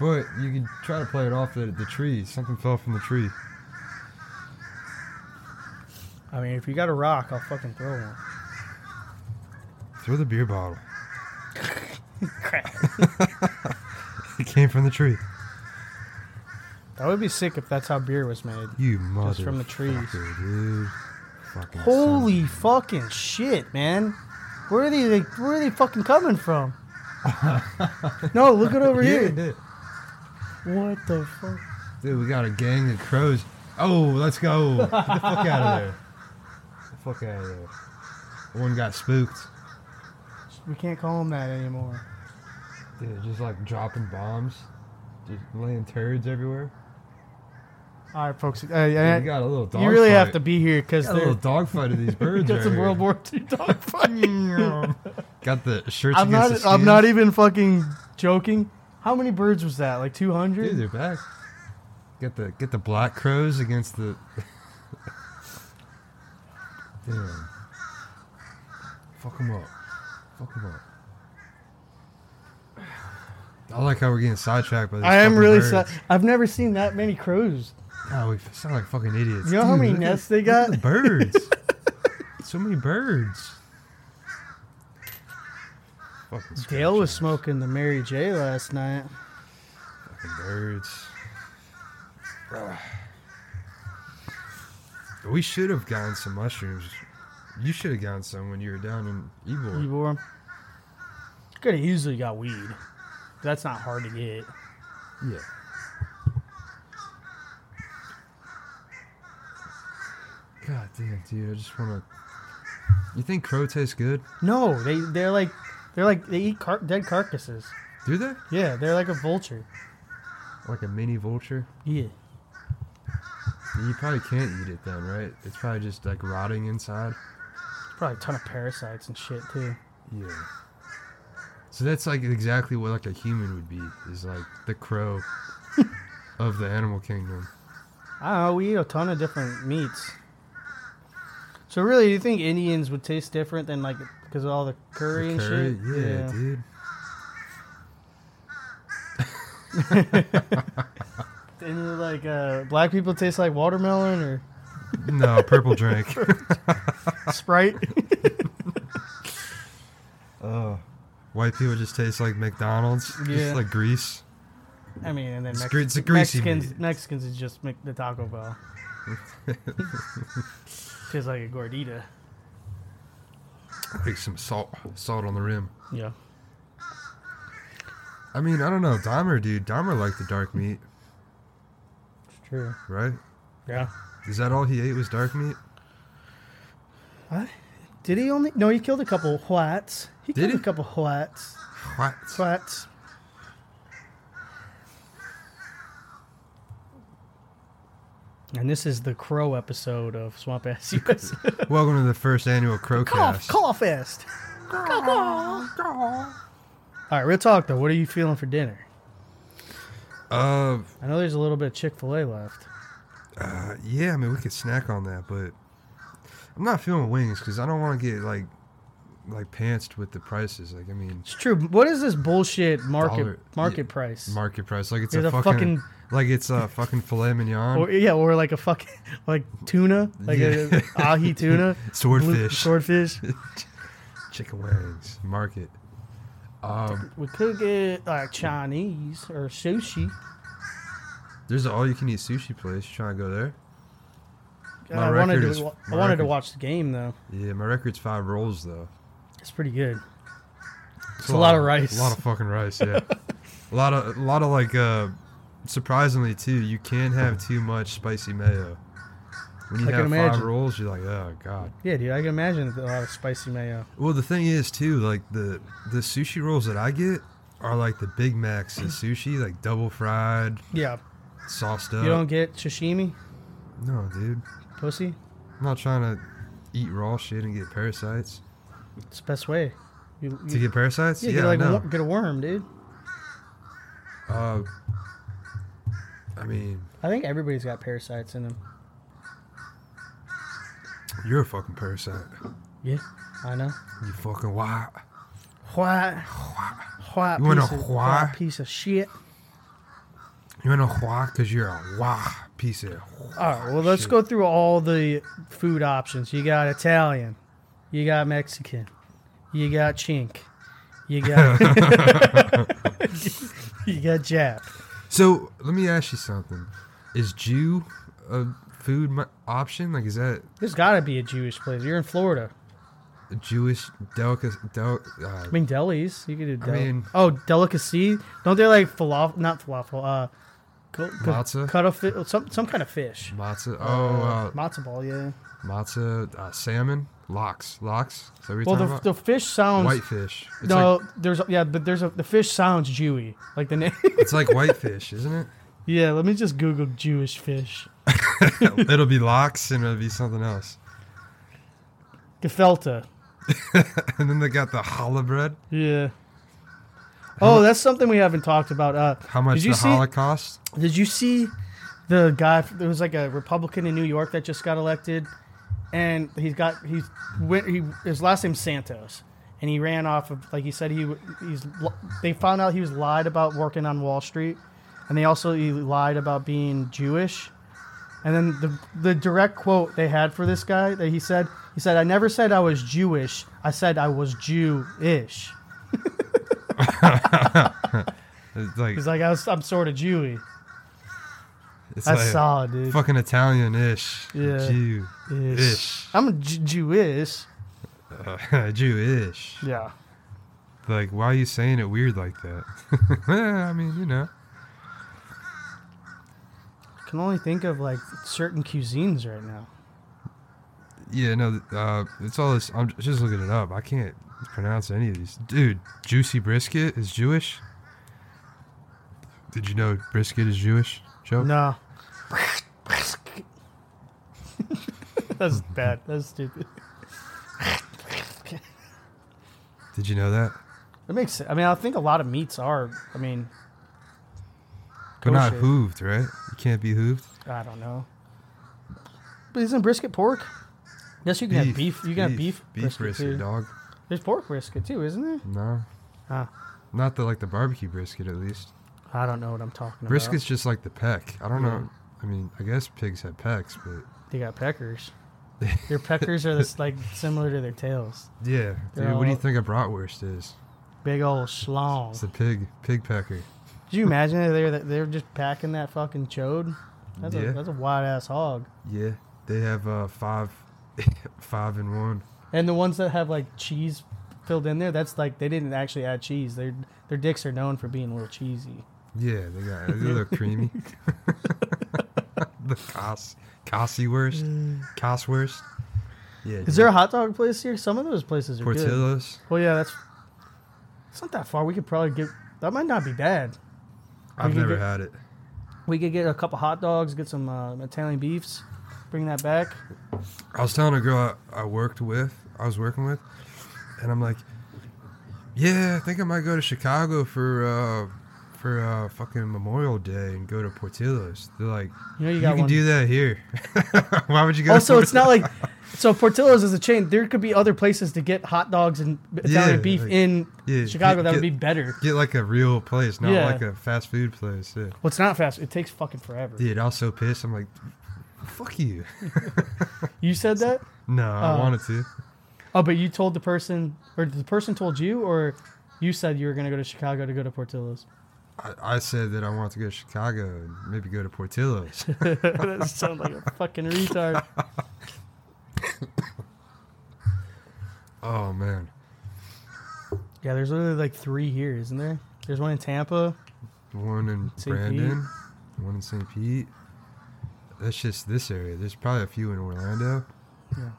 Speaker 3: But you can try to play it off the, the trees.
Speaker 2: Something fell from the tree.
Speaker 1: I mean, if you got a rock, I'll fucking throw one.
Speaker 2: Throw the beer bottle.
Speaker 1: Crap.
Speaker 2: It came from the tree.
Speaker 1: That would be sick if that's how beer was made.
Speaker 2: You mother.
Speaker 1: Just from the trees.
Speaker 2: dude. Fucking son of a
Speaker 1: Holy fucking shit, man! Where are they? Like, where are they fucking coming from? no, look it over here.
Speaker 3: dude.
Speaker 1: What the fuck?
Speaker 3: Dude, we got a gang of crows. Oh, let's go. Get the fuck out of there. Get the fuck out of there. One got spooked.
Speaker 1: We can't call him that anymore.
Speaker 3: Dude, just like dropping bombs. Just laying turds everywhere.
Speaker 1: All right, folks. Uh,
Speaker 3: Yeah,
Speaker 1: yeah,
Speaker 3: we got a little dog.
Speaker 1: you really have to
Speaker 3: fight.
Speaker 1: be here because
Speaker 3: Got a little dog fight of these birds.
Speaker 1: that's
Speaker 3: right
Speaker 1: a World
Speaker 3: here.
Speaker 1: War II dog fight.
Speaker 3: got the shirts
Speaker 1: I'm
Speaker 3: against the
Speaker 1: not. e, I'm not
Speaker 3: skins.
Speaker 1: even fucking joking. How many birds was that? Like 200.
Speaker 3: Dude, they're back. Get the get the black crows against the. Damn. Fuck 'em up. Fuck 'em up. I like how we're getting sidetracked by this.
Speaker 1: I am really. Su- I've never seen that many crows.
Speaker 3: Oh, we f- sound like fucking idiots.
Speaker 1: You know how
Speaker 3: Dude,
Speaker 1: many
Speaker 3: look at-
Speaker 1: nests they
Speaker 3: look at the
Speaker 1: got?
Speaker 3: birds. so many birds. Fucking
Speaker 1: Dale was
Speaker 3: scratching.
Speaker 1: smoking the Mary J last night.
Speaker 3: Fucking birds.
Speaker 2: We should have gotten some mushrooms. You should have gotten some when you were down in Ybor.
Speaker 1: You wore 'em? Could have easily got weed. That's not hard to get.
Speaker 3: Yeah.
Speaker 2: God damn, dude! I just want to. You think crow tastes good?
Speaker 1: No, they they're like they're like they eat car- dead carcasses.
Speaker 2: Do they?
Speaker 1: Yeah, they're like a vulture.
Speaker 2: Like a mini vulture?
Speaker 1: Yeah.
Speaker 2: You probably can't eat it then, right? It's probably just like rotting inside.
Speaker 1: Probably a ton of parasites and shit too.
Speaker 2: Yeah. So that's like exactly what like a human would be. Is like the crow of the animal kingdom.
Speaker 1: I don't know. We eat a ton of different meats. So really, do you think Indians would taste different than like because of all the
Speaker 2: The
Speaker 1: curry and
Speaker 2: curry?
Speaker 1: shit?
Speaker 2: Yeah, dude.
Speaker 1: And like uh, black people taste like watermelon or
Speaker 2: No, purple drink.
Speaker 1: Sprite.
Speaker 3: Oh.
Speaker 2: White people just taste like McDonald's.
Speaker 1: Yeah.
Speaker 2: Just like grease.
Speaker 1: I mean, and then
Speaker 2: It's
Speaker 1: Mex-
Speaker 2: gre- it's a greasy
Speaker 1: Mexicans
Speaker 2: meat.
Speaker 1: Mexicans is just make the Taco Bell. Tastes like a gordita.
Speaker 2: Like some salt salt on the rim.
Speaker 1: Yeah.
Speaker 2: I mean, I don't know. Dahmer, dude. Dahmer liked the dark meat,
Speaker 1: It's true.
Speaker 2: right?
Speaker 1: Yeah.
Speaker 2: Is that all he ate was dark meat?
Speaker 1: Did he only? No, he killed a couple whites. He
Speaker 2: Did
Speaker 1: killed
Speaker 2: he?
Speaker 1: a couple whites.
Speaker 2: What?
Speaker 1: Whites. And this is the crow episode of Swamp Ass USA.
Speaker 2: Welcome to the first annual Crowcast.
Speaker 1: Cough, call fest. All right, real talk though. What are you feeling for dinner?
Speaker 2: Uh,
Speaker 1: I know there's a little bit of Chick Fil A left.
Speaker 2: uh, yeah. I mean, we could snack on that, but I'm not feeling wings because I don't want to get like, like pantsed with the prices. Like, I mean,
Speaker 1: It's true. What is this bullshit market
Speaker 2: Dollar-
Speaker 1: market price?
Speaker 2: market price. Like, it's
Speaker 1: There's
Speaker 2: a,
Speaker 1: a
Speaker 2: fucking,
Speaker 1: fucking-
Speaker 2: like it's a fucking filet mignon,
Speaker 1: or yeah, or like a fucking like tuna, like
Speaker 2: Yeah.
Speaker 1: a ahi tuna, blue-
Speaker 2: swordfish,
Speaker 1: swordfish.
Speaker 2: chicken wings, market. Um,
Speaker 1: We could get like Chinese or sushi.
Speaker 2: there's an all-you-can-eat sushi place. You trying to go there? My
Speaker 1: Uh, I wanted
Speaker 2: record
Speaker 1: to
Speaker 2: is-
Speaker 1: wa- I
Speaker 2: my
Speaker 1: wanted to
Speaker 2: record-
Speaker 1: watch the game though.
Speaker 2: Yeah, my record's five rolls though.
Speaker 1: It's pretty good. It's a lot of rice.
Speaker 2: A lot of fucking rice, yeah. a lot of a lot of like uh surprisingly too, you can't have too much spicy mayo. When you
Speaker 1: I can
Speaker 2: have
Speaker 1: imagine.
Speaker 2: five rolls, you're like, oh god.
Speaker 1: Yeah, dude, I can imagine a lot of spicy mayo.
Speaker 2: Well the thing is too, like the the sushi rolls that I get are like the Big Macs and sushi, like double fried,
Speaker 1: Yeah,
Speaker 2: sauced up.
Speaker 1: you don't get sashimi,
Speaker 2: no, dude.
Speaker 1: pussy.
Speaker 2: I'm not trying to eat raw shit and get parasites.
Speaker 1: It's the best way. You,
Speaker 2: To
Speaker 1: you,
Speaker 2: get parasites?
Speaker 1: yeah,
Speaker 2: Yeah,
Speaker 1: get like
Speaker 2: I know.
Speaker 1: wor- get a worm, dude.
Speaker 2: Uh, I mean,
Speaker 1: I think everybody's got parasites in them.
Speaker 2: you're a fucking parasite.
Speaker 1: Yeah, I know.
Speaker 2: You fucking why?
Speaker 1: What? What?
Speaker 2: You wanna
Speaker 1: piece of,
Speaker 2: why?
Speaker 1: what piece of shit.
Speaker 2: You wanna why? Cause you're a why piece of.
Speaker 1: All right, well, let's
Speaker 2: Shit.
Speaker 1: go through all the food options. You got Italian, you got Mexican, you got chink, you got you got Jap.
Speaker 2: So let me ask you something: Is Jew a food mi- option? Like, is that
Speaker 1: There's got to be a Jewish place. You're in Florida.
Speaker 2: a Jewish delicacy? Del- uh,
Speaker 1: I mean, delis. You could do. Del-
Speaker 2: mean-
Speaker 1: oh, delicacy. Don't they like falafel? Not falafel. Uh, co- co-
Speaker 2: Matzah?
Speaker 1: Cut a fi- some some kind of fish. Uh,
Speaker 2: matzah? Oh, uh,
Speaker 1: matzo ball. Yeah.
Speaker 2: matzah, uh, salmon, lox, lox. Is that what you're
Speaker 1: Well,
Speaker 2: talking
Speaker 1: the,
Speaker 2: about?
Speaker 1: the fish sounds.
Speaker 2: whitefish. It's
Speaker 1: no,
Speaker 2: like
Speaker 1: there's yeah, but there's a the fish sounds Jewy. Like the name.
Speaker 2: it's like whitefish, isn't it?
Speaker 1: Yeah, let me just Google Jewish fish.
Speaker 2: it'll be locks and it'll be something else.
Speaker 1: Gefelta.
Speaker 2: and then they got the challah bread.
Speaker 1: Yeah. Oh, that's something we haven't talked about. Uh,
Speaker 2: How much
Speaker 1: did you
Speaker 2: the
Speaker 1: see?
Speaker 2: challah cost?
Speaker 1: Did you see the guy? There was like a Republican in New York that just got elected, and he's got he's went he his last name's Santos, and he ran off of like he said he he's they found out he was lied about working on Wall Street, and they also he lied about being Jewish, and then the the direct quote they had for this guy that he said he said I never said I was Jewish I said I was Jewish
Speaker 2: It's like,
Speaker 1: he's like I was I'm sort of Jewy
Speaker 2: it's
Speaker 1: that's
Speaker 2: like
Speaker 1: solid dude
Speaker 2: fucking Italian ish.
Speaker 1: Yeah.
Speaker 2: Jew ish.
Speaker 1: I'm a J- Jewish
Speaker 2: Jewish.
Speaker 1: yeah.
Speaker 2: Like, why are you saying it weird like that? I mean, you know.
Speaker 1: can only think of like certain cuisines right now.
Speaker 2: Yeah, no, uh, it's all this. I'm just looking it up. I can't pronounce any of these. Dude, juicy brisket is Jewish. Did you know brisket is Jewish, Joe?
Speaker 1: No. That's bad. That's stupid.
Speaker 2: Did you know that?
Speaker 1: It makes sense. I mean, I think a lot of meats are. I mean,
Speaker 2: But not
Speaker 1: Kosher.
Speaker 2: hooved, right? You can't be hooved.
Speaker 1: I don't know. But isn't brisket pork? Yes, you can have beef. You can have beef.
Speaker 2: Beef brisket,
Speaker 1: too.
Speaker 2: dog.
Speaker 1: There's pork brisket too, isn't there?
Speaker 2: No.
Speaker 1: Huh.
Speaker 2: Not the like the barbecue brisket, at least.
Speaker 1: I don't know what I'm talking
Speaker 2: Brisket's just like the peck. I don't
Speaker 1: Yeah.
Speaker 2: know. I mean, I guess pigs have pecks, but
Speaker 1: about. They got peckers. Their peckers are this, like similar to their tails.
Speaker 2: yeah.
Speaker 1: They're
Speaker 2: Dude, what do you
Speaker 1: all-
Speaker 2: think a bratwurst is?
Speaker 1: Big old schlong.
Speaker 2: It's a pig, pig pecker.
Speaker 1: Could you imagine if they're they're just packing that fucking chode? That's
Speaker 2: Yeah.
Speaker 1: a that's a wide ass hog.
Speaker 2: Yeah, they have uh, five, five and one.
Speaker 1: And the ones that have like cheese filled in there, that's like they didn't actually add cheese. Their their dicks are known for being a little cheesy.
Speaker 2: Yeah, they got they look creamy. the Cos Cossie worst, Cos worst. Yeah,
Speaker 1: Mm. Is there a hot dog place here? Some of those places are good.
Speaker 2: Portillo's?
Speaker 1: Well, yeah, that's it's not that far. We could probably get that might not be bad.
Speaker 2: I've
Speaker 1: could
Speaker 2: never
Speaker 1: get-
Speaker 2: had it.
Speaker 1: We could get a couple hot dogs, get some uh, Italian beefs, bring that back.
Speaker 2: I was telling a girl I, I worked with, I was working with, and I'm like, yeah, I think I might go to Chicago for uh, for uh, fucking Memorial Day and go to Portillo's. They're like,
Speaker 1: You know you
Speaker 2: you,
Speaker 1: got
Speaker 2: can
Speaker 1: one.
Speaker 2: do that here. Why would you go? to
Speaker 1: also, it's
Speaker 2: Portillo's?
Speaker 1: not like so Portillo's is a chain. There could be other places to get hot dogs and Italian
Speaker 2: Yeah,
Speaker 1: beef
Speaker 2: like-
Speaker 1: in
Speaker 2: Yeah,
Speaker 1: Chicago
Speaker 2: get-
Speaker 1: that would be
Speaker 2: get-
Speaker 1: better.
Speaker 2: Get like a real place, not
Speaker 1: Yeah.
Speaker 2: like a fast food place. Yeah.
Speaker 1: Well, it's not fast. It takes fucking forever.
Speaker 2: Dude, I was so pissed. I'm like, fuck you.
Speaker 1: You said that?
Speaker 2: No, I
Speaker 1: Oh.
Speaker 2: wanted to.
Speaker 1: Oh, but you told the person, or the person told you, or you said you were gonna go to Chicago to go to Portillo's.
Speaker 2: I, I said that I wanted to go to Chicago and maybe go to Portillo's.
Speaker 1: that sounds like a fucking retard.
Speaker 2: oh, man.
Speaker 1: Yeah, there's literally like three here, isn't there? There's one in Tampa.
Speaker 2: One in
Speaker 1: St.
Speaker 2: Brandon, one in St. Pete. That's just this area. There's probably a few in Orlando.
Speaker 1: Yeah.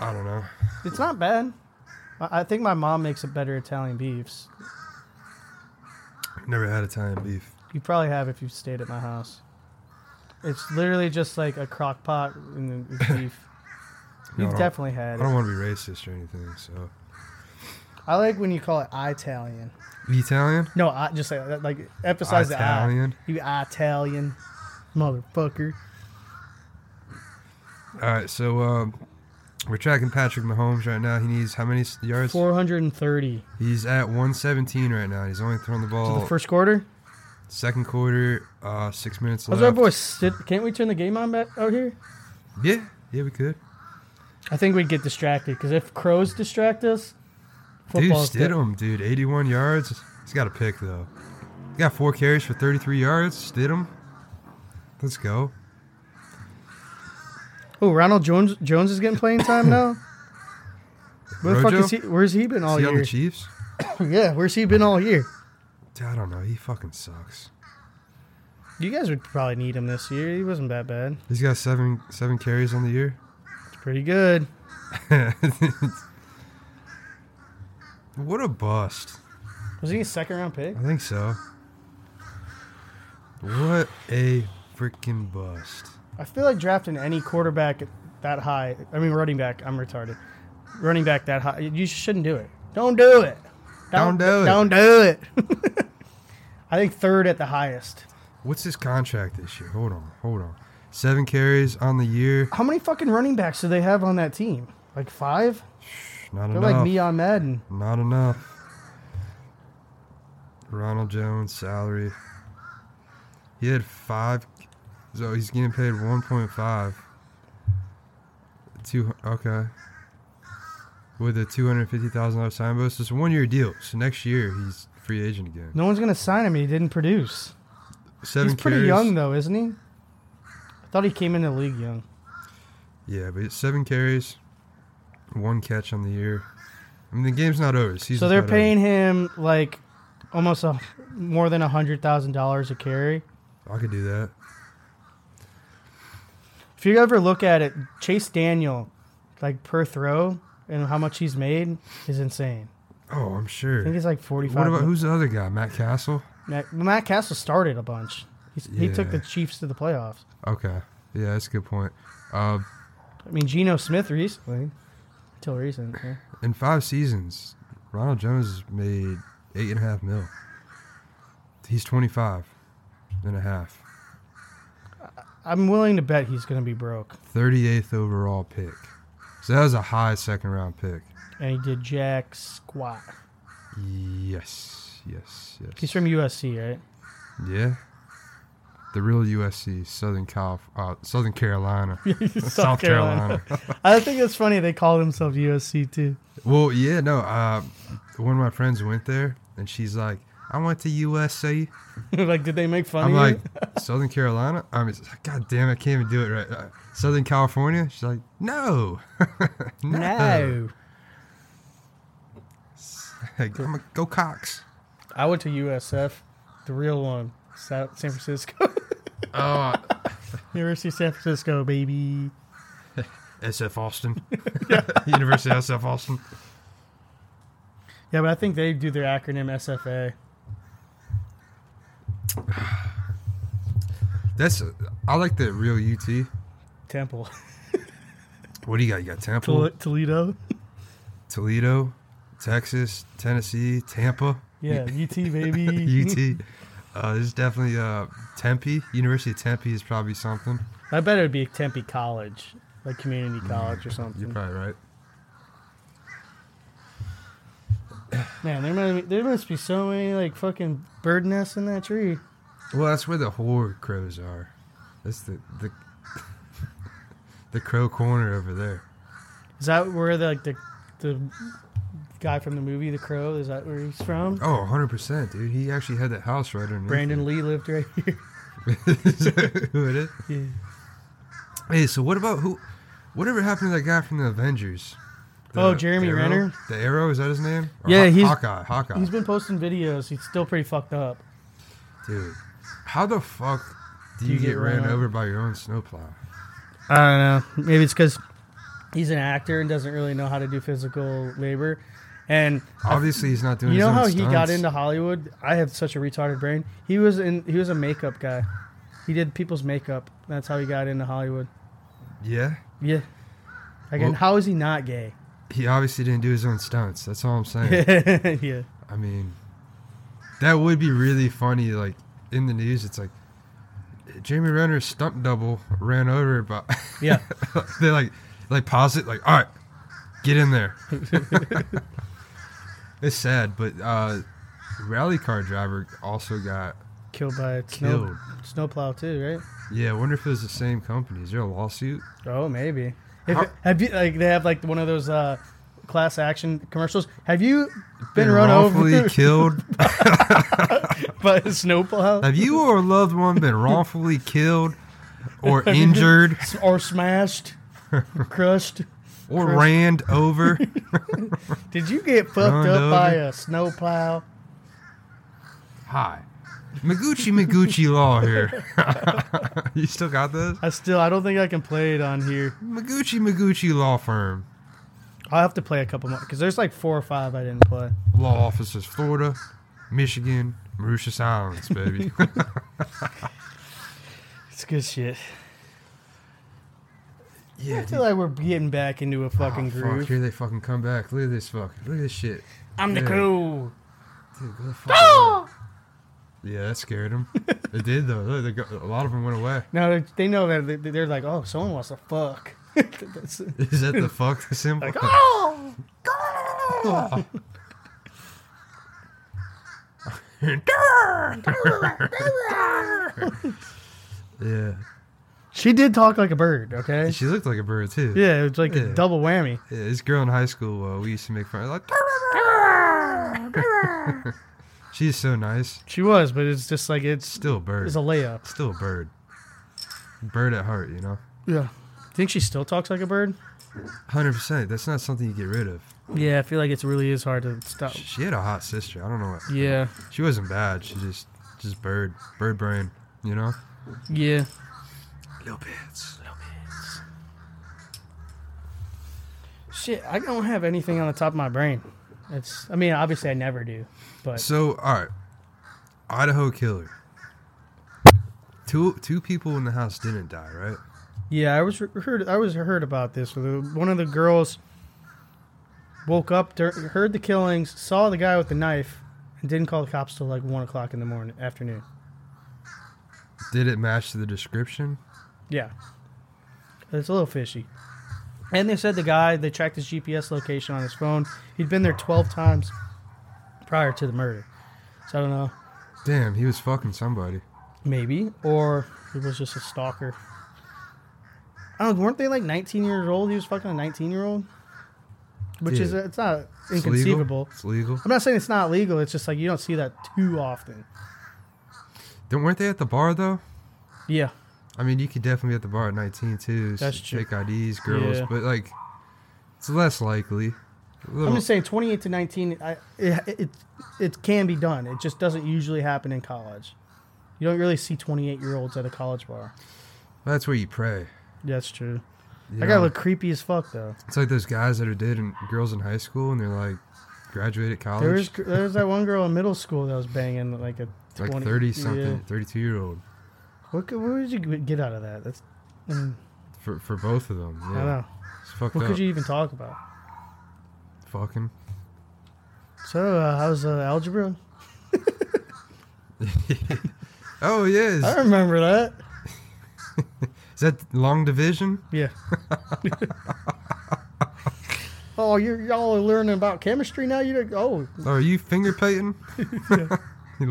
Speaker 2: I don't know.
Speaker 1: It's not bad. I I think my mom makes a better Italian beefs.
Speaker 2: Never had Italian beef.
Speaker 1: You probably have if you've stayed at my house. It's literally just like a crock pot and then it's beef.
Speaker 2: No,
Speaker 1: You've
Speaker 2: I don't-
Speaker 1: definitely had
Speaker 2: I
Speaker 1: it.
Speaker 2: don't want to be racist or anything, so.
Speaker 1: I like when you call it Italian.
Speaker 2: Italian?
Speaker 1: No, I just say that, like emphasize
Speaker 2: Italian?
Speaker 1: the I. You Italian motherfucker.
Speaker 2: All right, so um, we're tracking Patrick Mahomes right now. He needs how many s- yards?
Speaker 1: 430
Speaker 2: He's at 117 right now. He's only thrown the
Speaker 1: to
Speaker 2: ball
Speaker 1: the first quarter.
Speaker 2: second quarter, uh, six minutes
Speaker 1: How's
Speaker 2: left.
Speaker 1: our boy? Sid- Can't we turn the game on back out here?
Speaker 2: Yeah, yeah, we could.
Speaker 1: I think we'd get distracted because if crows distract us,
Speaker 2: Dude,
Speaker 1: football's dead.
Speaker 2: Stidham, dude, 81 yards. He's got a pick though. He got four carries for 33 yards. Stidham, let's go.
Speaker 1: Oh, Ronald Jones Jones is getting playing time now. Where the fuck
Speaker 2: Rojo?
Speaker 1: is he? Where's he been all
Speaker 2: Is he on
Speaker 1: year?
Speaker 2: the Chiefs?
Speaker 1: Yeah, where's he been all year?
Speaker 2: Dude, I don't know. He fucking sucks.
Speaker 1: You guys would probably need him this year. He wasn't that bad.
Speaker 2: He's got seven seven carries on the year.
Speaker 1: It's pretty good.
Speaker 2: what a bust.
Speaker 1: Was he a second round pick?
Speaker 2: I think so. What a freaking bust.
Speaker 1: I feel like drafting any quarterback that high. I mean, running back. I'm retarded. Running back that high. You shouldn't do it. Don't do it.
Speaker 2: Don't do it.
Speaker 1: Don't do it. I think third at the highest.
Speaker 2: What's his contract this year? Hold on, hold on. Seven carries on the year.
Speaker 1: How many fucking running backs do they have on that team? Like five?
Speaker 2: Not
Speaker 1: They're
Speaker 2: enough.
Speaker 1: like me on Madden.
Speaker 2: Not enough. Ronald Jones salary. He had five, so he's getting paid one point five. Two okay. With a two hundred fifty thousand dollars sign bonus, it's a one year deal. So next year he's free agent again.
Speaker 1: No one's gonna sign him. He didn't produce.
Speaker 2: Seven
Speaker 1: He's pretty
Speaker 2: carries.
Speaker 1: young though, isn't he? I thought he came in the league young.
Speaker 2: Yeah, but it's seven carries, one catch on the year. I mean the game's not over. The
Speaker 1: so
Speaker 2: season's
Speaker 1: they're
Speaker 2: not
Speaker 1: paying him like almost a more than a hundred thousand dollars a carry.
Speaker 2: Over. I could do that.
Speaker 1: If you ever look at it, Chase Daniel, like per throw and how much he's made is insane.
Speaker 2: Oh, I'm
Speaker 1: I think
Speaker 2: sure.
Speaker 1: it's like forty five.
Speaker 2: What about who's the other guy? Matt Castle.
Speaker 1: Matt, Matt Castle started a bunch. He's, He took
Speaker 2: Yeah.
Speaker 1: the Chiefs to the playoffs.
Speaker 2: Okay. Yeah, that's a good point. Uh,
Speaker 1: I mean, Geno Smith recently, until recent. yeah.
Speaker 2: in five seasons, Ronald Jones made eight and a half mil. He's 25 and a half.
Speaker 1: I'm willing to bet he's going to be broke,
Speaker 2: 38th overall pick. So that was a high second round pick.
Speaker 1: and he did jack squat.
Speaker 2: Yes. Yes. Yes.
Speaker 1: He's from USC, right?
Speaker 2: yeah. The real USC, Southern Calif- uh, Southern Carolina,
Speaker 1: South,
Speaker 2: Carolina.
Speaker 1: I think it's funny they call themselves USC too.
Speaker 2: well, yeah, no. Uh, one of my friends went there, and she's like, "I went to USC."
Speaker 1: like, did they make fun
Speaker 2: I'm
Speaker 1: of
Speaker 2: like,
Speaker 1: you?
Speaker 2: Southern Carolina? I mean, it's- God damn, I can't even do it right. Uh, Southern California? She's like, no. no.
Speaker 1: No,
Speaker 2: Like, I'm a, go Cox.
Speaker 1: I went to USF, the real one, South San Francisco,
Speaker 2: Oh,
Speaker 1: University of San Francisco, baby.
Speaker 2: SF Austin. University of SF Austin.
Speaker 1: Yeah, but I think they do their acronym SFA.
Speaker 2: That's, uh, I like the real UT.
Speaker 1: Temple,
Speaker 2: What do you got? You got Temple,
Speaker 1: Tol- Toledo.
Speaker 2: Toledo, Texas, Tennessee, Tampa,
Speaker 1: Yeah, UT baby.
Speaker 2: UT. Uh, there's definitely uh, Tempe. University of Tempe is probably something.
Speaker 1: I bet it would be Tempe College, like community college or something.
Speaker 2: Mm. You're probably right.
Speaker 1: Man, there must, be, there must be so many like fucking bird nests in that tree.
Speaker 2: Well, that's where the whore crows are. That's the the the crow corner over there.
Speaker 1: Is that where the, like the the guy from the movie The Crow? Is that where he's from?
Speaker 2: Oh, 100 percent, dude. He actually had that house right underneath.
Speaker 1: Brandon Lee lived right here.
Speaker 2: Is that who it is?
Speaker 1: Yeah.
Speaker 2: Hey, so what about who? Whatever happened to that guy from the Avengers?
Speaker 1: Oh, Jeremy
Speaker 2: Arrow?
Speaker 1: Renner?
Speaker 2: The Arrow is that his name?
Speaker 1: Yeah, he's-
Speaker 2: Hawkeye. Hawkeye.
Speaker 1: He's been posting videos. He's still pretty fucked up.
Speaker 2: Dude, how the fuck do you, get, ran over by your own snowplow?
Speaker 1: I don't know. Maybe it's because he's an actor and doesn't really know how to do physical labor. And
Speaker 2: Obviously, he's not doing.
Speaker 1: you
Speaker 2: his
Speaker 1: know
Speaker 2: own
Speaker 1: how he
Speaker 2: stunts.
Speaker 1: got into Hollywood? I have such a retarded brain. He was in. He was a makeup guy. He did people's makeup. That's how he got into Hollywood.
Speaker 2: Yeah,
Speaker 1: Yeah. Again,
Speaker 2: Well-
Speaker 1: how is he not gay?
Speaker 2: he obviously didn't do his own stunts. That's all I'm saying.
Speaker 1: yeah.
Speaker 2: I mean, that would be really funny. Like in the news, it's like Jamie Renner's stunt double ran over, but
Speaker 1: Yeah.
Speaker 2: they like like pause it. Like, all right, get in there. it's sad, but uh, rally car driver also got
Speaker 1: Killed by a
Speaker 2: killed.
Speaker 1: snow, snowplow too,
Speaker 2: Yeah, I wonder if it was the same company. Is there a lawsuit?
Speaker 1: right? Oh, maybe. If
Speaker 2: How-
Speaker 1: it- have you like they have like one of those uh, class action commercials? Have you been,
Speaker 2: Been
Speaker 1: run
Speaker 2: wrongfully
Speaker 1: over
Speaker 2: killed?
Speaker 1: by a snowplow
Speaker 2: Have you or a loved one been wrongfully killed or injured
Speaker 1: S- or smashed, crushed?
Speaker 2: or
Speaker 1: Chris.
Speaker 2: ran over?
Speaker 1: Did you get fucked
Speaker 2: Runned
Speaker 1: up by
Speaker 2: over?
Speaker 1: a snowplow?
Speaker 2: Hi. Maguchi Maguchi Law here. you still got those?
Speaker 1: I still I don't think I can play it on here.
Speaker 2: Maguchi Maguchi Law Firm.
Speaker 1: I'll have to play a couple more because there's like four or five I didn't play.
Speaker 2: Law offices Florida, Michigan, Mauritius Islands, baby.
Speaker 1: It's good shit.
Speaker 4: Yeah,
Speaker 1: I feel
Speaker 4: dude.
Speaker 1: like we're getting back into a fucking
Speaker 4: Oh, fuck,
Speaker 1: groove.
Speaker 4: Here they fucking come back. Look at this fuck. Look at this shit.
Speaker 1: I'm the
Speaker 4: yeah.
Speaker 1: crew.
Speaker 4: Dude, go the fuck away.
Speaker 1: Oh!
Speaker 2: Yeah, that scared him. it did though. Look, they got, a lot of them went away.
Speaker 1: No, they know that they- they're like, oh, someone wants to fuck. That's-
Speaker 2: Is that the fuck symbol?
Speaker 1: like, oh, God.
Speaker 2: Yeah,
Speaker 1: she did talk like a bird. Okay.
Speaker 2: she looked like a bird too.
Speaker 1: Yeah, it's like
Speaker 2: Yeah.
Speaker 1: a double whammy.
Speaker 2: Yeah, this girl in high school, uh, we used to make fun of. Like, she's so nice.
Speaker 1: She was, but it's just like it's
Speaker 2: Still a bird.
Speaker 1: it's a layup.
Speaker 2: Still a bird. Bird at heart, you know.
Speaker 1: Yeah. Think she still talks like a bird?
Speaker 2: Hundred percent. That's not something you get rid of.
Speaker 1: Yeah, I feel like it really is hard to stop.
Speaker 2: She she had a hot sister. I don't know what.
Speaker 1: Yeah,
Speaker 2: She wasn't bad. She just, just bird, bird brain. You know.
Speaker 1: yeah.
Speaker 2: Little bits.
Speaker 1: Shit, I don't have anything on the top of my brain. It's. I mean, obviously, I never do, but
Speaker 2: So, all right, Idaho killer. Two two people in the house didn't die, right?
Speaker 1: yeah, I was re- heard. I was heard about this. where the- One of the girls woke up, dur- heard the killings, saw the guy with the knife, and didn't call the cops till like one o'clock in the morning afternoon.
Speaker 2: Did it match the description?
Speaker 1: Yeah. It's a little fishy. And they said the guy, they tracked his GPS location on his phone. He'd been there 12 times prior to the murder. So I don't know.
Speaker 2: Damn, he was fucking somebody.
Speaker 1: Maybe. Or he was just a stalker. I don't weren't they like 19 years old? He was fucking a 19 year old? Which is,
Speaker 2: Yeah.
Speaker 1: it's not
Speaker 2: It's
Speaker 1: inconceivable.
Speaker 2: legal. It's legal.
Speaker 1: I'm not saying it's not legal. It's just like you don't see that too often.
Speaker 2: Then weren't they at the bar though?
Speaker 1: Yeah.
Speaker 2: I mean, you could definitely be at the bar at 19 too.
Speaker 1: That's true.
Speaker 2: Take IDs, girls,
Speaker 1: Yeah.
Speaker 2: but like, it's less likely. A little-
Speaker 1: I'm just saying 28 to 19 I, it, it it can be done. It just doesn't usually happen in college. You don't really see 28 year olds at a college bar.
Speaker 2: that's where you pray.
Speaker 1: That's true.
Speaker 2: you
Speaker 1: That guy
Speaker 2: know?
Speaker 1: looked creepy as fuck though.
Speaker 2: It's like those guys that are did in girls in high school, and they're like, graduated college,
Speaker 1: There was there was that one girl in middle school that was banging like a 20,
Speaker 2: like 30
Speaker 1: yeah.
Speaker 2: something, 32 year old.
Speaker 1: What, could- what would you get out of that? That's I, mean,
Speaker 2: For, for both of them,
Speaker 1: I
Speaker 2: yeah,
Speaker 1: don't know.
Speaker 2: it's fucked
Speaker 1: What
Speaker 2: up.
Speaker 1: could you even talk about?
Speaker 2: Fucking.
Speaker 1: So uh, how's uh, algebra?
Speaker 2: Oh yeah, is,
Speaker 1: I remember that.
Speaker 2: is that long division?
Speaker 1: Yeah. oh, you're y'all are learning about chemistry now. You oh,
Speaker 2: Oh, are you finger painting? you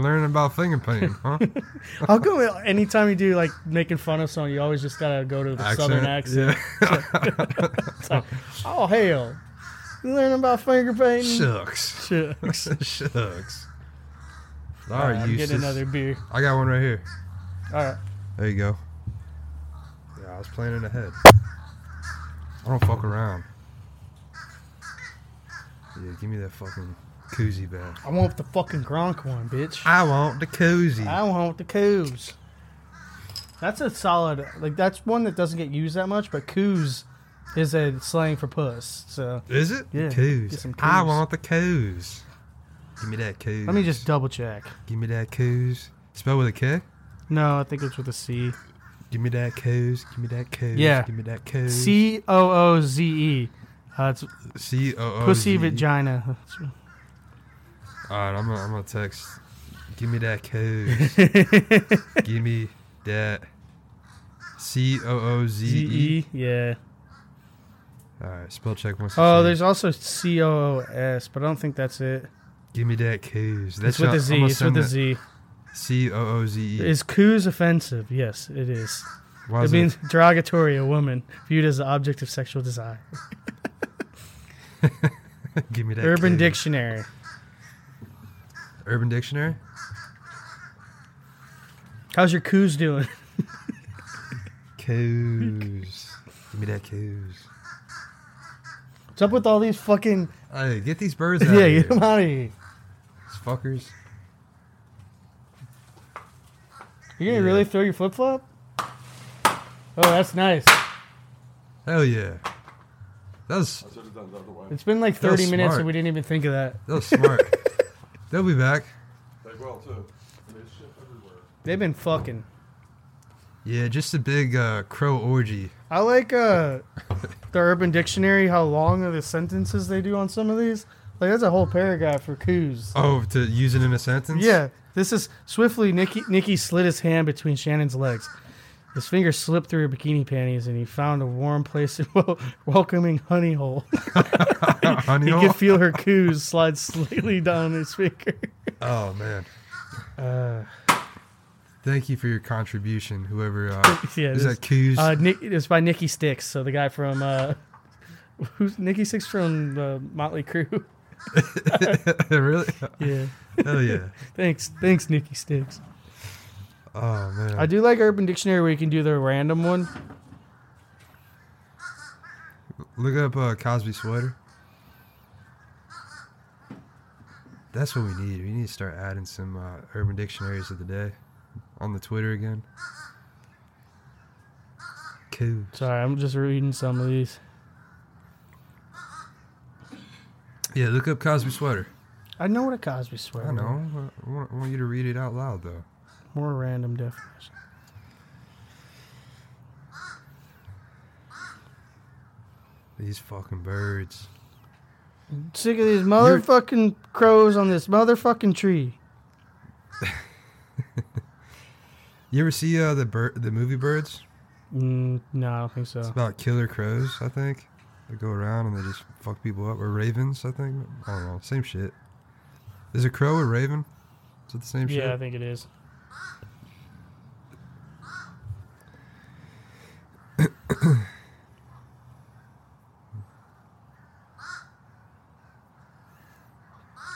Speaker 2: learning about finger painting, huh?
Speaker 1: How come anytime you do like making fun of someone, you always just gotta go to the southern accent? It's like, oh hell, you learning about finger
Speaker 2: Yeah.
Speaker 1: painting?
Speaker 2: Shucks.
Speaker 1: Shucks.
Speaker 2: Shucks. All
Speaker 1: All
Speaker 2: right,
Speaker 1: right, I'm
Speaker 2: Eustace.
Speaker 1: getting another beer.
Speaker 2: I got one right here.
Speaker 1: All right,
Speaker 2: There you go. Yeah, I was planning ahead. I don't fuck around. Yeah, give me that fucking koozie back.
Speaker 1: I want the fucking Gronk one, bitch.
Speaker 2: I want the koozie.
Speaker 1: I want the coos. That's a solid. Like that's one that doesn't get used that much, but coos is a slang for puss. So
Speaker 2: Is it?
Speaker 1: Yeah,
Speaker 2: Coos.
Speaker 1: get some
Speaker 2: I
Speaker 1: coos.
Speaker 2: want the coos. Give me that coos.
Speaker 1: let me just double check.
Speaker 2: Give me that coos. Spell with a K.
Speaker 1: No, I think it's with a C.
Speaker 2: Give me that coos. Give me that coos.
Speaker 1: Yeah.
Speaker 2: Give me that coos.
Speaker 1: C O O Z E. Uh, it's
Speaker 2: C O O.
Speaker 1: pussy
Speaker 2: Z.
Speaker 1: vagina.
Speaker 2: All right, I'm gonna, I'm gonna text. Give me that coos.
Speaker 1: E?
Speaker 2: Give me that. C O O Z E.
Speaker 1: Z-E? Yeah.
Speaker 2: All right, spell check once.
Speaker 1: Oh,
Speaker 2: again.
Speaker 1: there's also C O O S, but I don't think that's it.
Speaker 2: Give me that coos.
Speaker 1: It's with a Z. It's with a Z.
Speaker 2: C O O Z E.
Speaker 1: Is coos offensive? Yes, it is.
Speaker 2: Why is
Speaker 1: it means derogatory, a woman viewed as the object of sexual desire.
Speaker 2: Give me that.
Speaker 1: Urban
Speaker 2: coos.
Speaker 1: Dictionary.
Speaker 2: Urban Dictionary.
Speaker 1: How's your coos doing?
Speaker 2: Coos. Give me that coos.
Speaker 1: What's up with all these fucking?
Speaker 2: Hey, get these birds out
Speaker 1: Yeah,
Speaker 2: of here.
Speaker 1: get them out of here.
Speaker 2: These fuckers.
Speaker 1: You're gonna
Speaker 2: Yeah.
Speaker 1: really throw your flip flop? Oh, that's nice.
Speaker 2: Hell yeah. That was
Speaker 5: I should have done it the other way.
Speaker 1: It's been like
Speaker 2: That was
Speaker 1: 30 minutes
Speaker 2: smart.
Speaker 1: and we didn't even think of that.
Speaker 2: that was smart. They'll be back.
Speaker 5: They will too. There's shit everywhere.
Speaker 1: They've been fucking.
Speaker 2: Yeah, just a big uh, crow orgy.
Speaker 1: I like uh, the Urban Dictionary how long of the sentences they do on some of these. Like that's a whole paragraph for coups.
Speaker 2: Oh, to use it in a sentence?
Speaker 1: Yeah, this is swiftly. Nicky Nicky slid his hand between Shannon's legs. His fingers slipped through her bikini panties, and he found a warm place and wel- welcoming honey hole.
Speaker 2: Honey
Speaker 1: He
Speaker 2: hole?
Speaker 1: could feel her coos slide slightly down his finger.
Speaker 2: Oh, man.
Speaker 1: Uh,
Speaker 2: Thank you for your contribution, whoever. Uh,
Speaker 1: yeah,
Speaker 2: is
Speaker 1: this-
Speaker 2: that Coos?
Speaker 1: Uh, Nick, it's by Nikki Sticks, so the guy from uh, who's Nikki Sticks from uh, Motley Crue.
Speaker 2: really?
Speaker 1: yeah,
Speaker 2: Hell yeah.
Speaker 1: thanks, thanks, Nikki Sticks.
Speaker 2: Oh, man.
Speaker 1: I do like Urban Dictionary where you can do the random one.
Speaker 2: Look up uh, Cosby sweater. That's what we need. We need to start adding some uh, urban dictionaries of the day on the Twitter again. Cool.
Speaker 1: Sorry, I'm just reading some of these.
Speaker 2: Yeah, look up Cosby sweater.
Speaker 1: I know what a Cosby sweater.
Speaker 2: I
Speaker 1: is.
Speaker 2: know. I want, I want you to read it out loud though.
Speaker 1: More random definition.
Speaker 2: These fucking birds.
Speaker 1: Sick of these motherfucking crows on this motherfucking tree.
Speaker 2: You ever see uh, the bird, the movie Birds?
Speaker 1: Mm, no, I don't think
Speaker 2: It's
Speaker 1: so.
Speaker 2: about killer crows, I think. They go around and they just fuck people up. Or ravens, I think. I don't know. Same shit. Is a crow a raven? Is it the same shit?
Speaker 1: Yeah, I think it is.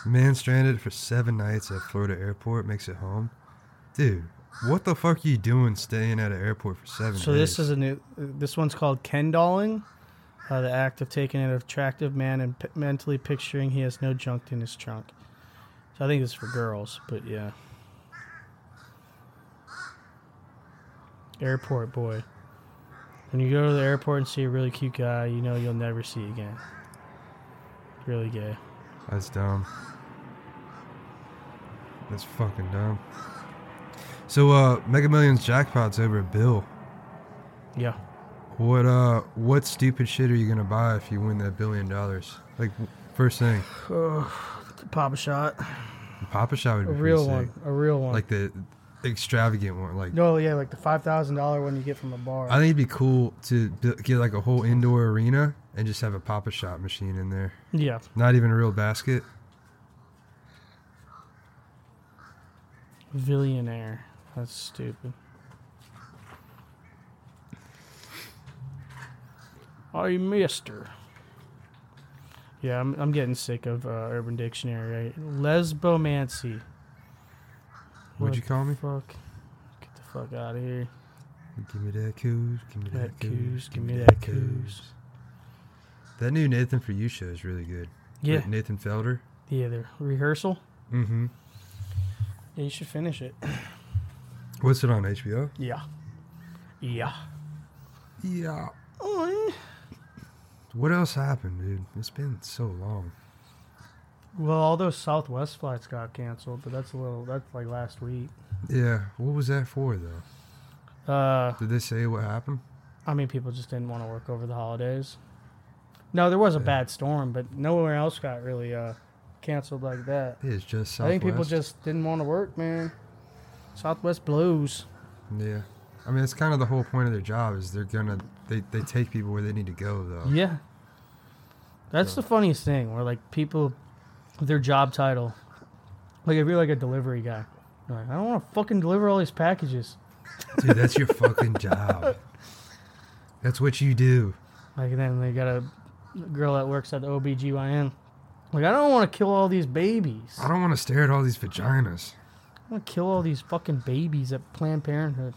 Speaker 2: Man stranded for seven nights at Florida airport makes it home. Dude, what the fuck are you doing staying at an airport for seven
Speaker 1: So
Speaker 2: days?
Speaker 1: this is a new. This one's called kendalling, uh, the act of taking an attractive man and p- mentally picturing he has no junk in his trunk. So I think it's for girls, but yeah. Airport boy. When you go to the airport and see a really cute guy, you know you'll never see again. Really gay.
Speaker 2: That's dumb. That's fucking dumb. So uh Mega Millions jackpot's over a bill.
Speaker 1: Yeah.
Speaker 2: What uh what stupid shit are you gonna buy if you win that billion dollars? Like first thing.
Speaker 1: Pop a shot.
Speaker 2: Papa Shot would
Speaker 1: A
Speaker 2: be pretty
Speaker 1: real
Speaker 2: sick.
Speaker 1: one. A real one.
Speaker 2: Like the extravagant one. Like
Speaker 1: no, yeah, like the five thousand dollar one you get from a bar.
Speaker 2: I think it'd be cool to bu- get like a whole indoor arena and just have a Papa Shot machine in there.
Speaker 1: yeah.
Speaker 2: Not even a real basket.
Speaker 1: Billionaire. That's stupid. I mister. Yeah, I'm, I'm getting sick of uh, Urban Dictionary. Right? Lesbomancy.
Speaker 2: What'd
Speaker 1: What
Speaker 2: you call me?
Speaker 1: Fuck. Get the fuck out of here.
Speaker 2: Give me that coos. Give me that,
Speaker 1: That coos,
Speaker 2: coos.
Speaker 1: give me that coos.
Speaker 2: That new Nathan for You show is really good.
Speaker 1: Yeah,
Speaker 2: With Nathan Felder.
Speaker 1: yeah. The rehearsal.
Speaker 2: Mm-hmm.
Speaker 1: Yeah, you should finish it.
Speaker 2: What's it on HBO?
Speaker 1: Yeah. Yeah.
Speaker 2: Yeah.
Speaker 1: Oy.
Speaker 2: What else happened, dude? It's been so long.
Speaker 1: Well, all those Southwest flights got canceled, but that's a little. That's like last week.
Speaker 2: Yeah. What was that for, though?
Speaker 1: Uh,
Speaker 2: Did they say what happened?
Speaker 1: I mean, people just didn't want to work over the holidays. No, there was a bad storm, but nowhere else got really uh, canceled like that.
Speaker 2: It's just
Speaker 1: I
Speaker 2: Southwest.
Speaker 1: think people just didn't want to work, man. Southwest blues.
Speaker 2: Yeah. I mean, it's kind of the whole point of their job is they're gonna they, they take people where they need to go though.
Speaker 1: Yeah. That's the funniest thing where, like, people, their job title, like, if you're like a delivery guy, you're like, I don't want to fucking deliver all these packages.
Speaker 2: Dude, that's your fucking job. That's what you do.
Speaker 1: Like, and then they got a girl that works at the OBGYN. Like, I don't want to kill all these babies.
Speaker 2: I don't want to stare at all these vaginas.
Speaker 1: I'm gonna kill all these fucking babies at Planned Parenthood.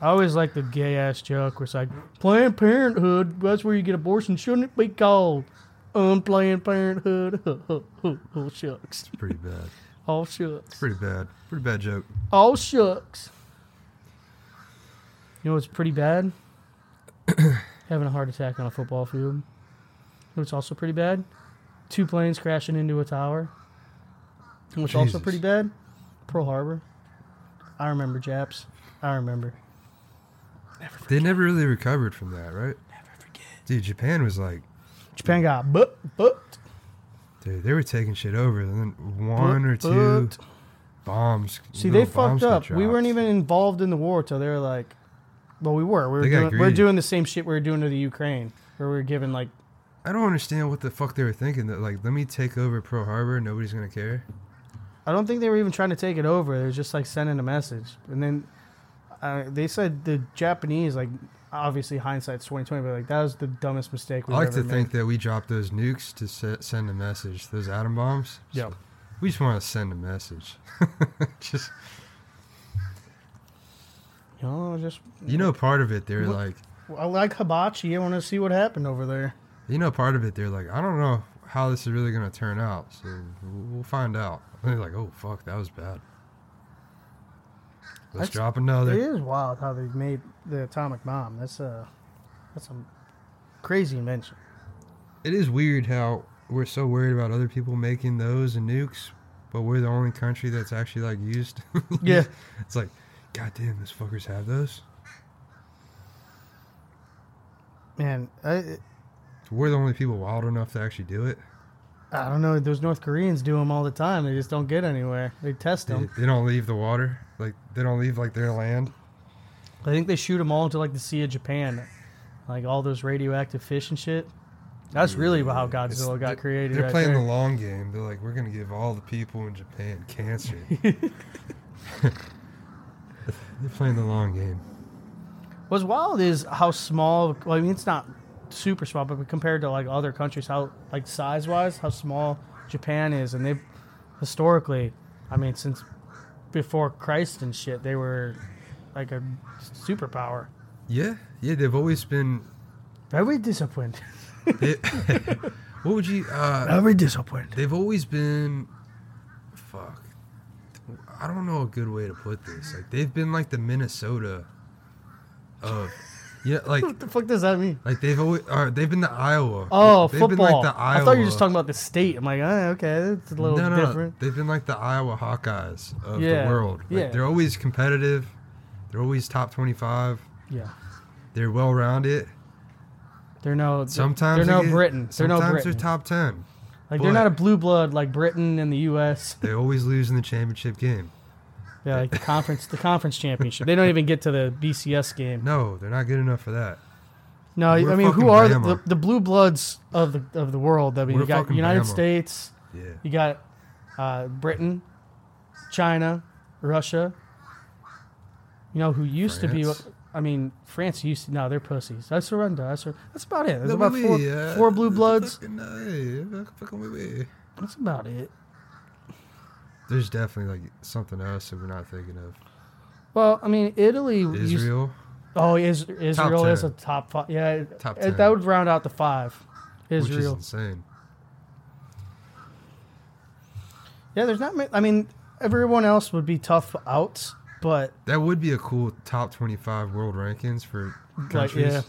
Speaker 1: I always like the gay ass joke where it's like, Planned Parenthood, that's where you get abortion, shouldn't it be called Unplanned Parenthood? oh, shucks.
Speaker 2: It's pretty bad.
Speaker 1: All shucks.
Speaker 2: Pretty bad. Pretty bad joke.
Speaker 1: All shucks. You know what's pretty bad? Having a heart attack on a football field. You know what's also pretty bad? Two planes crashing into a tower. You know What's also
Speaker 2: Jesus.
Speaker 1: pretty bad? Pearl Harbor. I remember Japs. I remember.
Speaker 2: They never really recovered from that, right?
Speaker 1: Never forget.
Speaker 2: Dude, Japan was like,
Speaker 1: Japan got book, booked.
Speaker 2: dude, they were taking shit over. And then one or two
Speaker 1: booked.
Speaker 2: bombs.
Speaker 1: See,
Speaker 2: little
Speaker 1: they fucked
Speaker 2: bombs
Speaker 1: up.
Speaker 2: got
Speaker 1: We weren't
Speaker 2: dropped.
Speaker 1: even involved in the war till they were like, well, we were. We were,
Speaker 2: They got
Speaker 1: doing, we were
Speaker 2: greedy.
Speaker 1: doing the same shit we were doing to the Ukraine, where we were giving like,
Speaker 2: I don't understand what the fuck they were thinking. That like, let me take over Pearl Harbor. Nobody's gonna care.
Speaker 1: I don't think they were even trying to take it over. They were just like sending a message, and then uh, they said the Japanese like. Obviously, hindsight's twenty twenty, but like that was the dumbest mistake
Speaker 2: I
Speaker 1: we've
Speaker 2: like
Speaker 1: ever
Speaker 2: to
Speaker 1: made.
Speaker 2: think that we dropped those nukes to se- send a message. Those atom bombs.
Speaker 1: Yeah.
Speaker 2: We just want to send a message. just
Speaker 1: You know, just
Speaker 2: you know, part of it they're
Speaker 1: What-
Speaker 2: like,
Speaker 1: I like hibachi. I want to see what happened over there.
Speaker 2: you know, part of it they're like, I don't know how this is really gonna turn out. So we'll we'll find out. And they're like, oh fuck, that was bad.
Speaker 1: That's-
Speaker 2: Let's drop
Speaker 1: It
Speaker 2: another.
Speaker 1: is wild how they made the atomic bomb. That's a that's a crazy invention.
Speaker 2: It is weird how we're so worried about other people making those and nukes, but we're the only country that's actually like used.
Speaker 1: Yeah,
Speaker 2: It's like, God damn, those fuckers have those.
Speaker 1: man. I
Speaker 2: We're the only people wild enough to actually do it.
Speaker 1: I don't know. Those North Koreans do them all the time. They just don't get anywhere. They test
Speaker 2: They,
Speaker 1: them.
Speaker 2: they don't leave the water. Like they don't leave like their land.
Speaker 1: I think they shoot them all into like the Sea of Japan, like all those radioactive fish and shit. That's really how
Speaker 2: It's-
Speaker 1: Godzilla got
Speaker 2: they're-
Speaker 1: created.
Speaker 2: They're
Speaker 1: right
Speaker 2: playing
Speaker 1: there.
Speaker 2: the long game. They're like, we're gonna give all the people in Japan cancer. they're playing the long game.
Speaker 1: What's wild is how small. Well, I mean, it's not super small, but compared to like other countries, how like size wise, how small Japan is, and they've historically, I mean, since before Christ and shit, they were like a superpower.
Speaker 2: Yeah, yeah. They've always been.
Speaker 1: Very disciplined.
Speaker 2: They, what would you? Uh,
Speaker 1: Very disciplined.
Speaker 2: they've always been. Fuck. I don't know a good way to put this. Like they've been like the Minnesota of. Yeah, like
Speaker 1: What the fuck does that mean?
Speaker 2: Like they've always, or they've been the Iowa.
Speaker 1: Oh,
Speaker 2: they've
Speaker 1: football.
Speaker 2: Been like the Iowa.
Speaker 1: I thought you were just talking about the state. I'm like, ah, okay, it's a little
Speaker 2: no, no, no.
Speaker 1: different.
Speaker 2: They've been like the Iowa Hawkeyes of
Speaker 1: Yeah,
Speaker 2: the world. Like
Speaker 1: yeah.
Speaker 2: they're always competitive. They're always top twenty-five.
Speaker 1: Yeah,
Speaker 2: They're well-rounded.
Speaker 1: they're no.
Speaker 2: Sometimes
Speaker 1: they're no
Speaker 2: they get-
Speaker 1: Britain. They're no
Speaker 2: Sometimes
Speaker 1: Britain.
Speaker 2: they're top ten.
Speaker 1: like they're
Speaker 2: but-
Speaker 1: not a blue blood like Britain and the U.S.
Speaker 2: They always lose in the championship game.
Speaker 1: Yeah, like the conference, the conference championship. They don't even get to the BCS game.
Speaker 2: No, they're not good enough for that.
Speaker 1: No,
Speaker 2: We're
Speaker 1: I mean, who
Speaker 2: fucking
Speaker 1: are the,
Speaker 2: Bama.
Speaker 1: the, the blue bloods of the of the world? I mean,
Speaker 2: We're
Speaker 1: you got
Speaker 2: fucking
Speaker 1: United
Speaker 2: Bama.
Speaker 1: States,
Speaker 2: Yeah,
Speaker 1: you got uh, Britain, China, Russia. You know who used
Speaker 2: France.
Speaker 1: to be? I mean, France used to. No, they're pussies. I surrender. I sur- That's about it. There's
Speaker 2: No,
Speaker 1: about
Speaker 2: wait,
Speaker 1: four,
Speaker 2: wait, uh,
Speaker 1: four blue bloods.
Speaker 2: fucking, uh, hey, fuck- fucking wait, wait.
Speaker 1: That's about it.
Speaker 2: There's definitely like something else that we're not thinking of.
Speaker 1: Well, I mean, Italy. used-
Speaker 2: Israel.
Speaker 1: oh, is, Israel is a
Speaker 2: 10.
Speaker 1: top five. Yeah, it-
Speaker 2: Top
Speaker 1: it-
Speaker 2: 10.
Speaker 1: that would round out the five.
Speaker 2: Which is
Speaker 1: Israel.
Speaker 2: insane.
Speaker 1: Yeah, there's not. ma- I mean, everyone else would be tough outs, but
Speaker 2: That would be a cool top 25 world rankings for
Speaker 1: like,
Speaker 2: countries.
Speaker 1: yeah,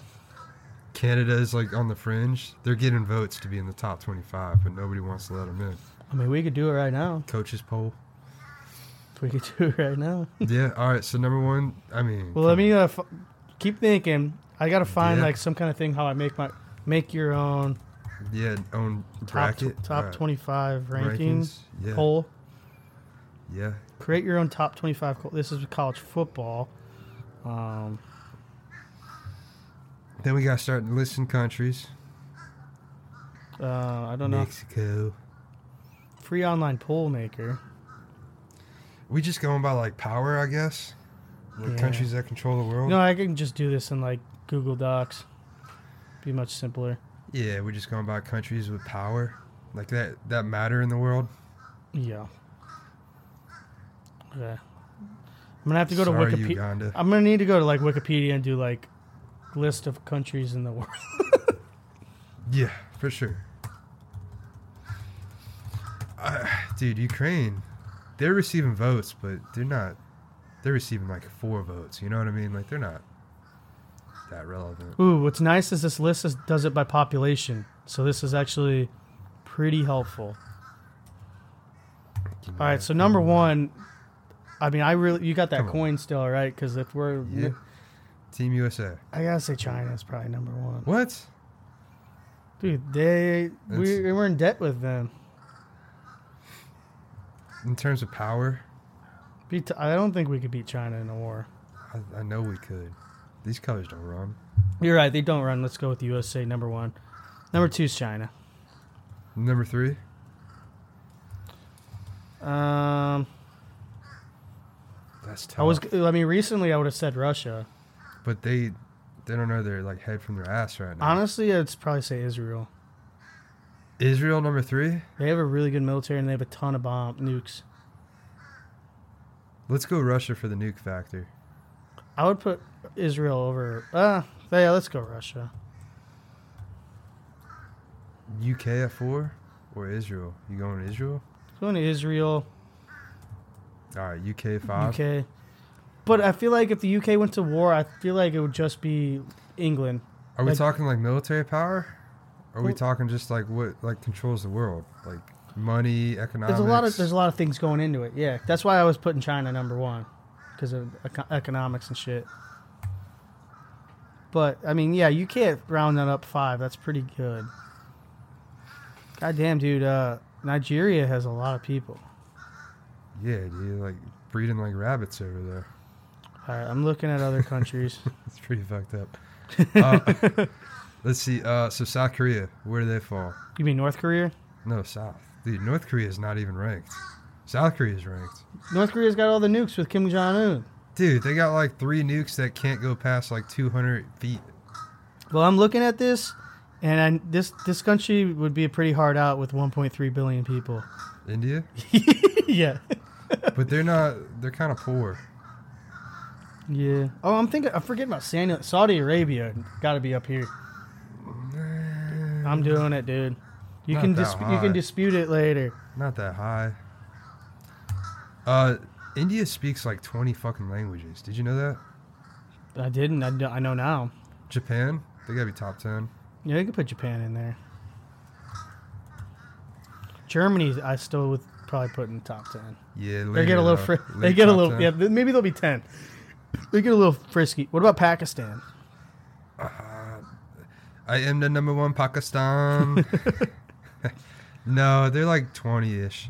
Speaker 2: Canada is like on the fringe. They're getting votes to be in the top 25, but nobody wants to let them in.
Speaker 1: I mean, we could do it right now.
Speaker 2: Coaches poll.
Speaker 1: We could do it right now.
Speaker 2: yeah. All right. So number one. I mean,
Speaker 1: Well, let me uh, f- keep thinking. I gotta find
Speaker 2: Yeah.
Speaker 1: like some kind of thing how I make my make your own
Speaker 2: yeah. Own
Speaker 1: top tw-
Speaker 2: bracket.
Speaker 1: top
Speaker 2: All right,
Speaker 1: 25 rankings,
Speaker 2: Yeah.
Speaker 1: poll.
Speaker 2: Yeah.
Speaker 1: Create your own top 25. co- This is college football. Um,
Speaker 2: Then we got to start listing countries.
Speaker 1: uh, I don't know.
Speaker 2: Mexico.
Speaker 1: Free online poll maker.
Speaker 2: We just going by like power, I guess. Like
Speaker 1: Yeah.
Speaker 2: countries that control the world.
Speaker 1: No, I can just do this in like Google Docs. Be much simpler.
Speaker 2: Yeah. We're just going by countries with power. Like that, that matter in the world.
Speaker 1: Yeah. Okay. I'm gonna have to go
Speaker 2: Sorry,
Speaker 1: to Wikipedia.
Speaker 2: Uganda.
Speaker 1: I'm gonna need to go to like Wikipedia and do like list of countries in the world.
Speaker 2: Yeah, for sure. Uh, dude, Ukraine, they're receiving votes, but they're not. They're receiving like four votes. You know what I mean? Like they're not that relevant.
Speaker 1: Ooh, what's nice is this list is, does it by population, so this is actually pretty helpful. All right, so number one, I mean, I really you got that
Speaker 2: Come on.
Speaker 1: coin still, right? Because if we're,
Speaker 2: Yeah. Team USA.
Speaker 1: I gotta say China is probably number one.
Speaker 2: What?
Speaker 1: Dude, they we,
Speaker 2: That's-
Speaker 1: we're in debt with them.
Speaker 2: In terms of power,
Speaker 1: Beat, I don't think we could beat China in a war.
Speaker 2: I, I know we could. These colors don't run.
Speaker 1: You're right. They don't run. Let's go with USA number one. Number two is China.
Speaker 2: Number three.
Speaker 1: Um,
Speaker 2: That's tough.
Speaker 1: I was. I mean, recently I would have said Russia.
Speaker 2: but they, they don't know their like head from their ass right now.
Speaker 1: Honestly, I'd probably say Israel.
Speaker 2: Israel number three.
Speaker 1: They have a really good military and they have a ton of bomb nukes.
Speaker 2: Let's go Russia for the nuke factor.
Speaker 1: I would put Israel over. Uh, yeah, let's go Russia.
Speaker 2: UK at four or Israel? You going to Israel?
Speaker 1: Going to Israel,
Speaker 2: All right, UK five.
Speaker 1: UK. But I feel like if the UK went to war, I feel like it would just be England.
Speaker 2: Are we
Speaker 1: Like-
Speaker 2: talking like military power? Or are we
Speaker 1: Well-
Speaker 2: talking just like what like controls the world, like money, economics?
Speaker 1: There's a lot of there's a lot of things going into it. Yeah, that's why I was putting China number one because of eco- economics and shit. But I mean, yeah, you can't round that up five. That's pretty good. Goddamn, dude. Uh, Nigeria has a lot of people.
Speaker 2: yeah, dude, like breeding like rabbits over there.
Speaker 1: All right, I'm looking at other countries.
Speaker 2: It's pretty fucked up. Uh, let's see. Uh, so South Korea, where do they fall?
Speaker 1: you mean North Korea?
Speaker 2: No, South. Dude, North Korea is not even ranked. South Korea is ranked.
Speaker 1: North Korea's got all the nukes with Kim Jong Un.
Speaker 2: Dude, they got like three nukes that can't go past like 200 feet.
Speaker 1: Well, I'm looking at this, and I, this this country would be pretty hard out with 1.3 billion people.
Speaker 2: India,
Speaker 1: yeah.
Speaker 2: but they're not. They're kind of poor.
Speaker 1: Yeah. Oh, I'm thinking. I'm forgetting about Saudi, Saudi Arabia. Got to be up here. I'm doing it, dude. You
Speaker 2: Not
Speaker 1: can
Speaker 2: that
Speaker 1: dis- you
Speaker 2: high.
Speaker 1: can dispute it later.
Speaker 2: Not that high. Uh, India speaks like 20 fucking languages. Did you know that?
Speaker 1: I didn't. I, d- I know now.
Speaker 2: Japan, they gotta be top 10.
Speaker 1: Yeah, you can put Japan in there. Germany, I still would probably put in the top ten.
Speaker 2: Yeah,
Speaker 1: they get a little fri- They get a little. Yeah, th- maybe they'll be ten. They get a little frisky. What about Pakistan?
Speaker 2: I am the number one Pakistan. no, they're like 20 ish.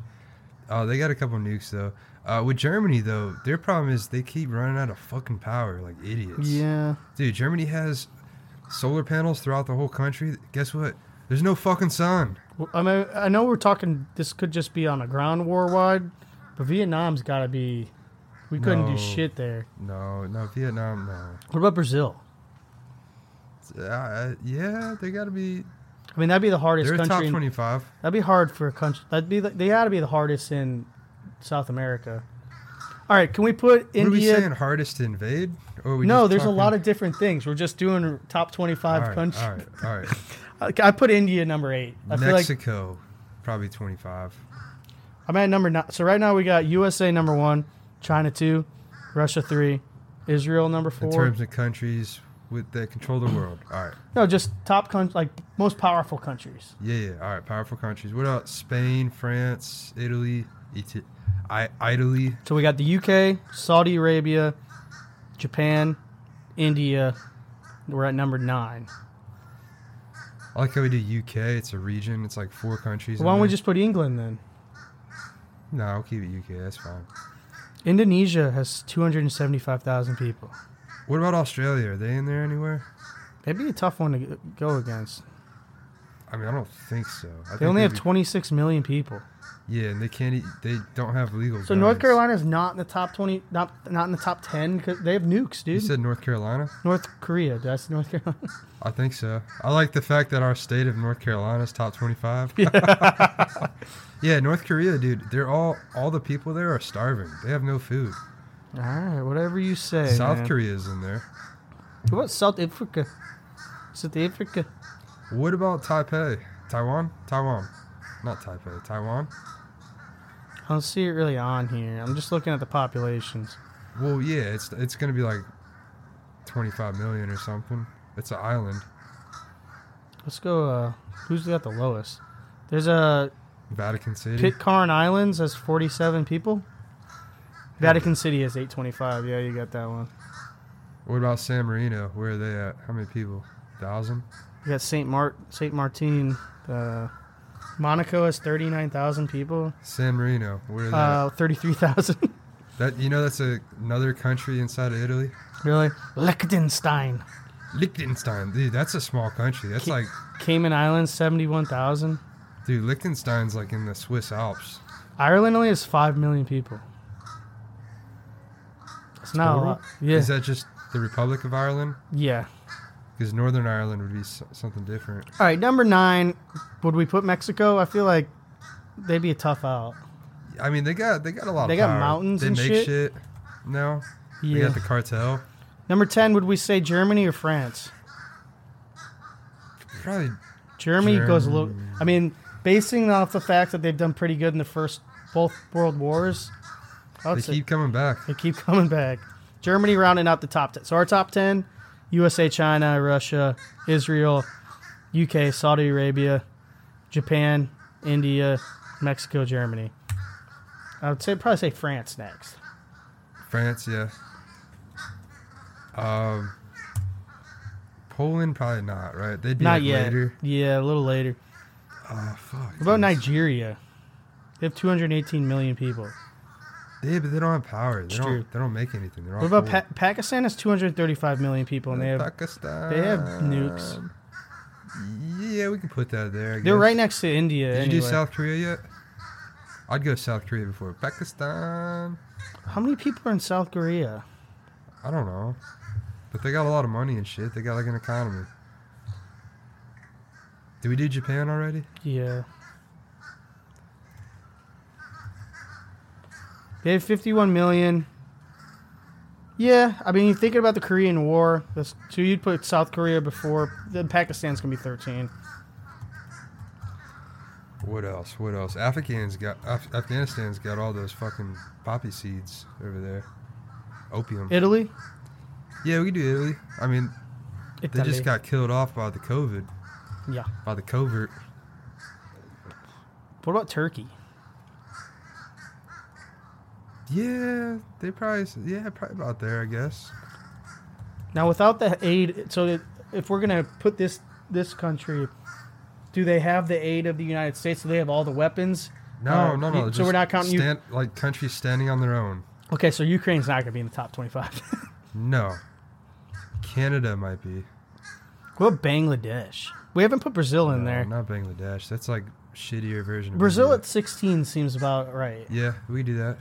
Speaker 2: Oh, they got a couple nukes though. Uh, with Germany though, their problem is they keep running out of fucking power like idiots.
Speaker 1: Yeah.
Speaker 2: Dude, Germany has solar panels throughout the whole country. Guess what? There's no fucking sun.
Speaker 1: Well, I mean, I know we're talking. This could just be on a ground war wide, but Vietnam's got to be. We couldn't
Speaker 2: No.
Speaker 1: do shit there.
Speaker 2: No, no, Vietnam, no.
Speaker 1: What about Brazil?
Speaker 2: Uh, yeah, they gotta be.
Speaker 1: I mean, that'd be the hardest
Speaker 2: They're a top
Speaker 1: country. in-
Speaker 2: 25.
Speaker 1: that'd be hard for a country. That'd be. The, they got to be the hardest in South America. All right, can we put
Speaker 2: What are we
Speaker 1: India?
Speaker 2: saying? Hardest to invade? Or are we
Speaker 1: no,
Speaker 2: just
Speaker 1: there's a
Speaker 2: talking-
Speaker 1: lot of different things. We're just doing top
Speaker 2: All
Speaker 1: twenty-five
Speaker 2: right,
Speaker 1: countries.
Speaker 2: All right, all right.
Speaker 1: I, I put India number eight. I feel like
Speaker 2: Mexico, probably 25.
Speaker 1: I'm at number nine. So right now we got USA number one, China two, Russia three, Israel number
Speaker 2: In
Speaker 1: four.
Speaker 2: terms of countries with that control the world. All right.
Speaker 1: No, just top country, like most powerful countries.
Speaker 2: Yeah, yeah. All right. Powerful countries. What else? Spain, France, Italy, Iti- I- Italy.
Speaker 1: So we got the UK, Saudi Arabia, Japan, India. We're at number nine.
Speaker 2: I like how we do UK. It's a region. It's like four countries. in
Speaker 1: Why don't we
Speaker 2: there.
Speaker 1: just put England then?
Speaker 2: No, I'll keep it UK. That's fine.
Speaker 1: Indonesia has 275,000 people.
Speaker 2: What about Australia? Are they in there anywhere?
Speaker 1: That'd be a tough one to g- go against.
Speaker 2: I mean, I don't think so. I
Speaker 1: They
Speaker 2: think
Speaker 1: only
Speaker 2: they'd
Speaker 1: have
Speaker 2: be-
Speaker 1: 26 million people.
Speaker 2: Yeah, and they can't. Eat, they don't have legal.
Speaker 1: So North
Speaker 2: guns.
Speaker 1: Carolina's not in the top 20, not not in the top 10 because they have nukes,
Speaker 2: You
Speaker 1: dude.
Speaker 2: said North Carolina.
Speaker 1: North Korea, that's North Carolina.
Speaker 2: I think so. I like the fact that our state of North Carolina is top 25. yeah, North Korea, dude. They're all all the people there are starving. They have no food.
Speaker 1: All right, whatever you say.
Speaker 2: South
Speaker 1: man.
Speaker 2: Korea is in there.
Speaker 1: What about South Africa? South Africa.
Speaker 2: What about Taipei? Taiwan? Taiwan. Not Taipei, Taiwan.
Speaker 1: I don't see it really on here. I'm just looking at the populations.
Speaker 2: Well, yeah, it's it's going to be like 25 million or something. It's an island.
Speaker 1: Let's go. Uh, who's got the lowest? There's a
Speaker 2: Vatican City.
Speaker 1: Pitcairn Islands has 47 people.
Speaker 2: Hmm.
Speaker 1: Vatican City is 825. Yeah, you got that one.
Speaker 2: What about San Marino? Where are they at? How many people? Thousand?
Speaker 1: You got Saint Mart, Saint Martin. Uh, Monaco has 39,000 people.
Speaker 2: San Marino. Where are they at?
Speaker 1: Uh, 33,000.
Speaker 2: That you know that's a, another country inside of Italy?
Speaker 1: really? Liechtenstein.
Speaker 2: Liechtenstein. Dude, that's a small country. That's
Speaker 1: Ki-
Speaker 2: like
Speaker 1: Cayman Islands 71,000.
Speaker 2: dude, Liechtenstein's like in the Swiss Alps.
Speaker 1: Ireland only has 5 million people. It's not a
Speaker 2: Total?
Speaker 1: lot. Yeah.
Speaker 2: Is that just the Republic of Ireland?
Speaker 1: yeah.
Speaker 2: Because Northern Ireland would be s- something different.
Speaker 1: All right, number 9, would we put Mexico? I feel like they'd be a tough out.
Speaker 2: I mean, they got they got a lot.
Speaker 1: They
Speaker 2: of
Speaker 1: got
Speaker 2: power.
Speaker 1: mountains
Speaker 2: They
Speaker 1: and
Speaker 2: make
Speaker 1: shit?
Speaker 2: shit. No, they
Speaker 1: Yeah.
Speaker 2: got the cartel.
Speaker 1: Number 10, would we say Germany or France?
Speaker 2: Probably
Speaker 1: Germany goes a
Speaker 2: Germany.
Speaker 1: little. I mean, basing off the fact that they've done pretty good in the first both world wars, I would
Speaker 2: they
Speaker 1: say-
Speaker 2: keep coming back.
Speaker 1: they keep coming back. Germany rounding out the top ten. So our top ten: USA, China, Russia, Israel, UK, Saudi Arabia, Japan, India, Mexico, Germany. I would say probably say France next.
Speaker 2: France, yeah. Um, Poland probably not right. They'd be
Speaker 1: Not
Speaker 2: like
Speaker 1: yet.
Speaker 2: later.
Speaker 1: Yeah, a little later.
Speaker 2: Oh fuck.
Speaker 1: What about
Speaker 2: dude.
Speaker 1: Nigeria? They have 218 million people.
Speaker 2: Yeah, but they don't have power. They
Speaker 1: It's
Speaker 2: don't.
Speaker 1: true.
Speaker 2: They don't make anything. They're all
Speaker 1: What about
Speaker 2: poor.
Speaker 1: pa- Pakistan? Has 235 million people, and they have
Speaker 2: Pakistan?
Speaker 1: they have nukes.
Speaker 2: Yeah, we can put that there. I
Speaker 1: They're
Speaker 2: guess.
Speaker 1: right next to India.
Speaker 2: Did
Speaker 1: anyway.
Speaker 2: you do South Korea yet? I'd go South Korea before Pakistan.
Speaker 1: How many people are in South Korea?
Speaker 2: I don't know. But they got a lot of money and shit. They got like an economy. Did we do Japan already?
Speaker 1: Yeah. They have 51 million. Yeah, I mean, you thinking about the Korean War. That's, so you'd put South Korea before. Then Pakistan's going to be 13.
Speaker 2: What else? What else? Afghans got Af- Afghanistan's got all those fucking poppy seeds over there. Opium.
Speaker 1: Italy?
Speaker 2: yeah, we can do Italy. I mean, they
Speaker 1: Italy.
Speaker 2: just got killed off by the COVID.
Speaker 1: Yeah.
Speaker 2: By the covert.
Speaker 1: What about Turkey?
Speaker 2: Yeah, they probably s- yeah probably about there, I guess.
Speaker 1: Now, without the aid, so that- if we're gonna put this this country, do they have the aid of the United States? Do they have all the weapons?
Speaker 2: No,
Speaker 1: Uh,
Speaker 2: no,
Speaker 1: you-
Speaker 2: no.
Speaker 1: so
Speaker 2: just
Speaker 1: we're not counting you-
Speaker 2: stand, like countries standing on their own.
Speaker 1: Okay, so Ukraine's not gonna be in the top twenty-five.
Speaker 2: No. Canada might be.
Speaker 1: what about Bangladesh? We haven't put Brazil in
Speaker 2: No,
Speaker 1: there.
Speaker 2: Not Bangladesh. That's like shittier version of
Speaker 1: Brazil at sixteen seems about right.
Speaker 2: Yeah, we do that.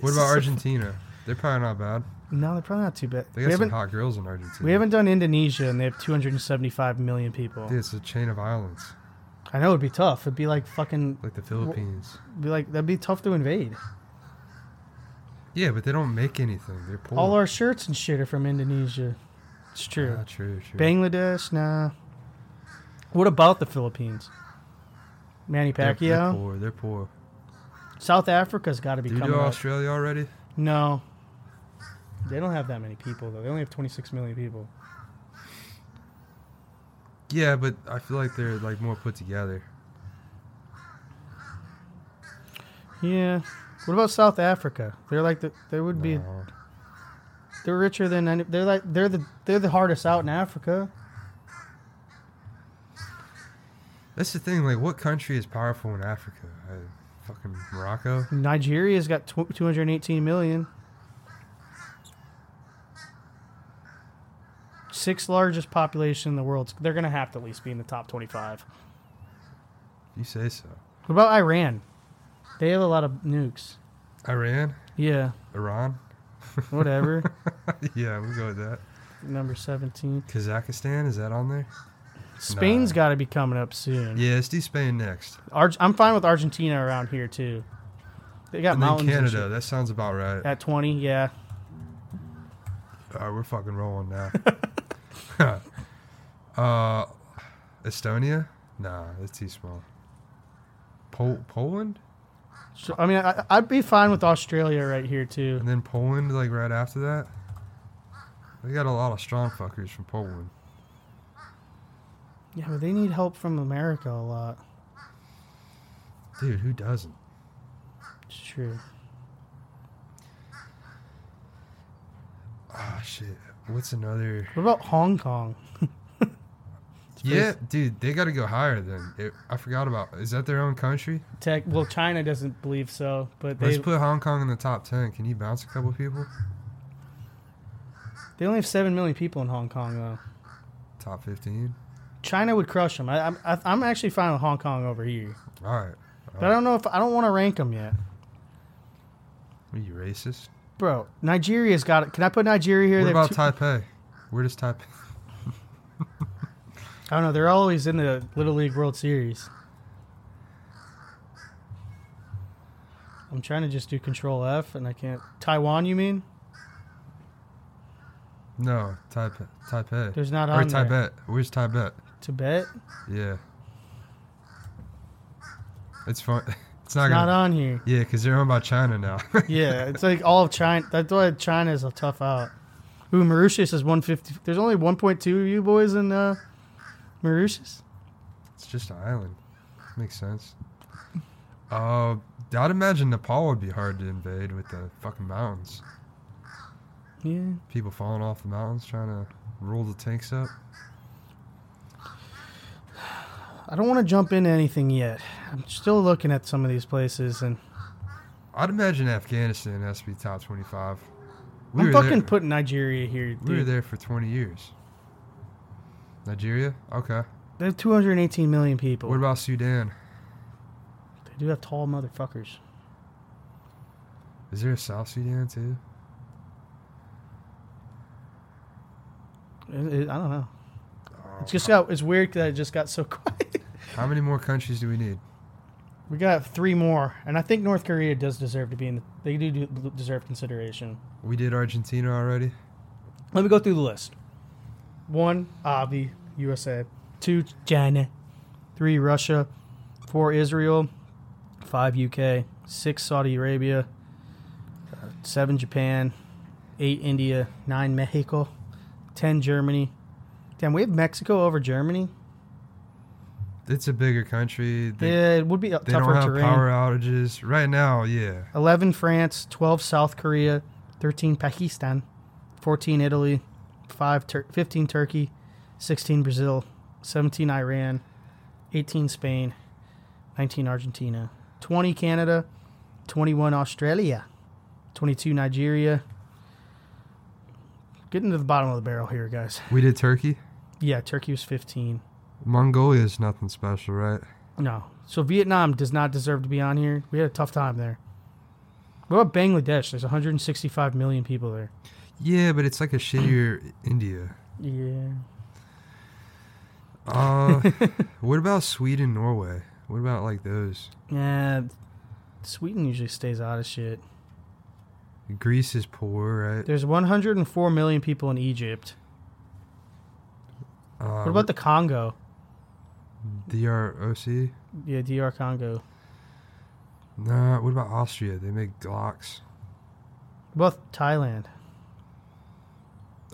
Speaker 2: What about Argentina? They're probably not bad.
Speaker 1: No, they're probably not too bad. we
Speaker 2: They got some
Speaker 1: haven't
Speaker 2: hot girls in Argentina.
Speaker 1: we haven't done Indonesia, and they have two hundred and seventy-five million people.
Speaker 2: Dude, it's a chain of islands,
Speaker 1: I know it'd be tough. It'd be like fucking
Speaker 2: like the Philippines.
Speaker 1: be like that'd be tough to invade.
Speaker 2: Yeah, but they don't make anything. They're poor.
Speaker 1: All our shirts and shit are from Indonesia. It's true.
Speaker 2: Ah, true, true.
Speaker 1: Bangladesh, nah. What about the Philippines? Manny
Speaker 2: They're- They're,
Speaker 1: Pacquiao.
Speaker 2: poor. They're poor.
Speaker 1: South Africa's got to be
Speaker 2: Did we
Speaker 1: coming
Speaker 2: do
Speaker 1: up.
Speaker 2: Australia already?
Speaker 1: No, they don't have that many people though. They only have 26 million people.
Speaker 2: Yeah, but I feel like they're like more put together.
Speaker 1: Yeah. What about South Africa? They're like the they would be
Speaker 2: No.
Speaker 1: they're richer than any, they're like they're the they're the hardest out in Africa.
Speaker 2: That's the thing. Like, what country is powerful in Africa? I, fucking Morocco.
Speaker 1: Nigeria's got tw- 218 million. Sixth largest population in the world. They're gonna have to at least be in the top 25.
Speaker 2: You say so.
Speaker 1: What about Iran? They have a lot of nukes.
Speaker 2: Iran,
Speaker 1: Yeah,
Speaker 2: Iran.
Speaker 1: whatever.
Speaker 2: yeah, we'll go with that.
Speaker 1: Number 17.
Speaker 2: Kazakhstan is that on there?
Speaker 1: Spain's
Speaker 2: Nah.
Speaker 1: got to be coming up soon.
Speaker 2: Yeah, let's do Spain next.
Speaker 1: Arg- I'm fine with Argentina around here, too. They got
Speaker 2: And then
Speaker 1: mountains. and
Speaker 2: Canada. That sounds about right.
Speaker 1: shit. At 20, yeah.
Speaker 2: All right, we're fucking rolling now. uh, Estonia? Nah, that's too small. Pol- Poland?
Speaker 1: So, I mean, I, I'd be fine with Australia right here, too.
Speaker 2: And then Poland, like right after that? They got a lot of strong fuckers from Poland.
Speaker 1: Yeah, but they need help from America a lot.
Speaker 2: Dude, who doesn't?
Speaker 1: It's true.
Speaker 2: Ah, shit. What's another?
Speaker 1: What about Hong Kong?
Speaker 2: Yeah, dude, they got to go higher. Then it, I forgot about. Is that their own country?
Speaker 1: Tech. Well, China doesn't believe so, but they
Speaker 2: Let's put Hong Kong in the top ten. Can you bounce a couple people?
Speaker 1: they only have seven million people in Hong Kong though.
Speaker 2: Top fifteen.
Speaker 1: China would crush them. I, I'm I, I'm actually fine with Hong Kong over here,
Speaker 2: All right.
Speaker 1: but I don't know if I don't want to rank them yet,
Speaker 2: Are you racist?
Speaker 1: bro. Nigeria's got it. Can I put Nigeria here?
Speaker 2: What
Speaker 1: They've
Speaker 2: about
Speaker 1: two-
Speaker 2: Taipei? Where does Taipei?
Speaker 1: I don't know. They're always in the Little League World Series. I'm trying to just do Control F, and I can't. Taiwan, you mean?
Speaker 2: No, Taipei. Taipei.
Speaker 1: There's not
Speaker 2: or
Speaker 1: on there.
Speaker 2: Tibet. Where's Tibet?
Speaker 1: Tibet.
Speaker 2: Yeah. It's fun. It's not
Speaker 1: It's
Speaker 2: gonna.
Speaker 1: not on here.
Speaker 2: Yeah, because they're owned by China now.
Speaker 1: Yeah, it's like all of China. That's why China is a tough out. Ooh, Mauritius is 150. There's only 1.2 of you boys in uh, Mauritius.
Speaker 2: it's just an island. Makes sense. Uh, I'd imagine Nepal would be hard to invade with the fucking mountains.
Speaker 1: Yeah.
Speaker 2: People falling off the mountains trying to roll the tanks up.
Speaker 1: I don't want to jump into anything yet. I'm still looking at some of these places, and
Speaker 2: I'd imagine Afghanistan has to be top 25. We
Speaker 1: I'm
Speaker 2: were
Speaker 1: fucking
Speaker 2: there,
Speaker 1: putting Nigeria here.
Speaker 2: We were
Speaker 1: dude.
Speaker 2: there for 20 years. Nigeria? Okay.
Speaker 1: They have 218 million people.
Speaker 2: What about Sudan?
Speaker 1: They do have tall motherfuckers.
Speaker 2: Is there a South Sudan too?
Speaker 1: It- it- I don't know.
Speaker 2: Oh,
Speaker 1: It's just got. It's weird that it just got so quiet.
Speaker 2: How many more countries do we need?
Speaker 1: we got three more, and I think North Korea does deserve to be in. The, they do, do deserve consideration.
Speaker 2: We did Argentina already.
Speaker 1: Let me go through the list. One, Avi, USA. Two, China. Three, Russia. Four, Israel. Five, UK. Six, Saudi Arabia. Uh, Seven, Japan. Eight, India. Nine, Mexico. Ten, Germany. Damn, we have Mexico over Germany.
Speaker 2: It's a bigger country. They,
Speaker 1: yeah, it would be a
Speaker 2: they
Speaker 1: tougher
Speaker 2: don't have
Speaker 1: terrain.
Speaker 2: power outages right now. Yeah,
Speaker 1: 11 France, 12 South Korea, 13 Pakistan, 14 Italy, 5 Tur- 15 Turkey, 16 Brazil, 17 Iran, 18 Spain, 19 Argentina, 20 Canada, 21 Australia, 22 Nigeria. Getting to the bottom of the barrel here, guys.
Speaker 2: we did Turkey.
Speaker 1: Yeah, Turkey was 15.
Speaker 2: Mongolia is nothing special, right?
Speaker 1: No. So Vietnam does not deserve to be on here. We had a tough time there. What about Bangladesh? There's 165 million people there.
Speaker 2: Yeah, but it's like a shittier India.
Speaker 1: Yeah.
Speaker 2: Uh, what about Sweden, Norway? What about like those?
Speaker 1: Yeah. Sweden usually stays out of shit.
Speaker 2: Greece is poor, right?
Speaker 1: There's 104 million people in Egypt.
Speaker 2: Uh,
Speaker 1: What about the Congo?
Speaker 2: DROC?
Speaker 1: Yeah, DR Congo.
Speaker 2: Nah. What about Austria? They make Glocks.
Speaker 1: What about Thailand?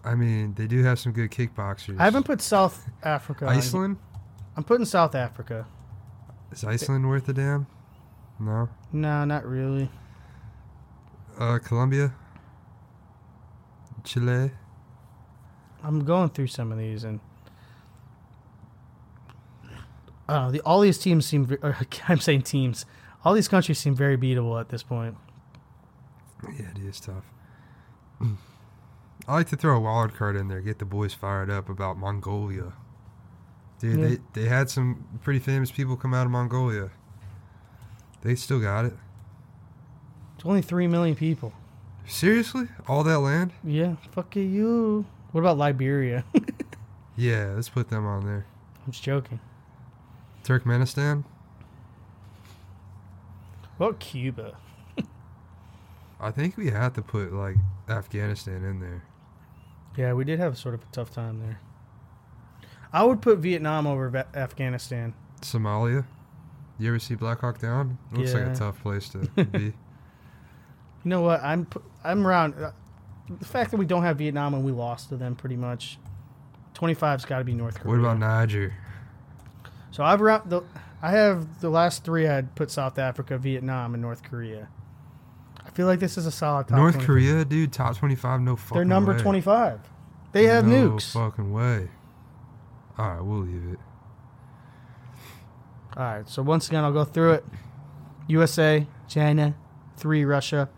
Speaker 2: I mean, they do have some good kickboxers.
Speaker 1: I haven't uh, put South Africa. on here.
Speaker 2: Iceland.
Speaker 1: I'm putting South Africa.
Speaker 2: Is Iceland worth a damn? No.
Speaker 1: No, not really.
Speaker 2: Uh, Colombia. Chile.
Speaker 1: I'm going through some of these and I don't know. The, all these teams seem. ve- I'm saying teams. All these countries seem very beatable at this point.
Speaker 2: Yeah, it is tough. I like to throw a wild card in there, get the boys fired up about Mongolia. Dude,
Speaker 1: Yeah.
Speaker 2: they, they had some pretty famous people come out of Mongolia. They still got it.
Speaker 1: It's only three million people.
Speaker 2: Seriously? All that land?
Speaker 1: Yeah, fuck you. What about Liberia? I'm
Speaker 2: Yeah, let's put them on there.
Speaker 1: just joking.
Speaker 2: Turkmenistan?
Speaker 1: What about Cuba?
Speaker 2: I think we have to put, like, Afghanistan in there.
Speaker 1: Yeah, we did have sort of a tough time there. I would put Vietnam over Va- Afghanistan.
Speaker 2: Somalia? You ever see Black Hawk Down? Looks like
Speaker 1: Yeah.
Speaker 2: a tough place to be.
Speaker 1: You know what? I'm pu- I'm around uh, the fact that we don't have Vietnam and we lost to them pretty much. 25's got to be North Korea.
Speaker 2: What about Niger?
Speaker 1: So I've wrapped the. I have the last three. I'd put South Africa, Vietnam, and North Korea. I feel like this is a solid top.
Speaker 2: North
Speaker 1: 25.
Speaker 2: Korea, dude, top 25, no fucking
Speaker 1: They're number
Speaker 2: way.
Speaker 1: 25. They have
Speaker 2: no
Speaker 1: nukes.
Speaker 2: fucking way. All right, we'll leave it.
Speaker 1: All right. So once again, I'll go through it. USA, China, three Russia,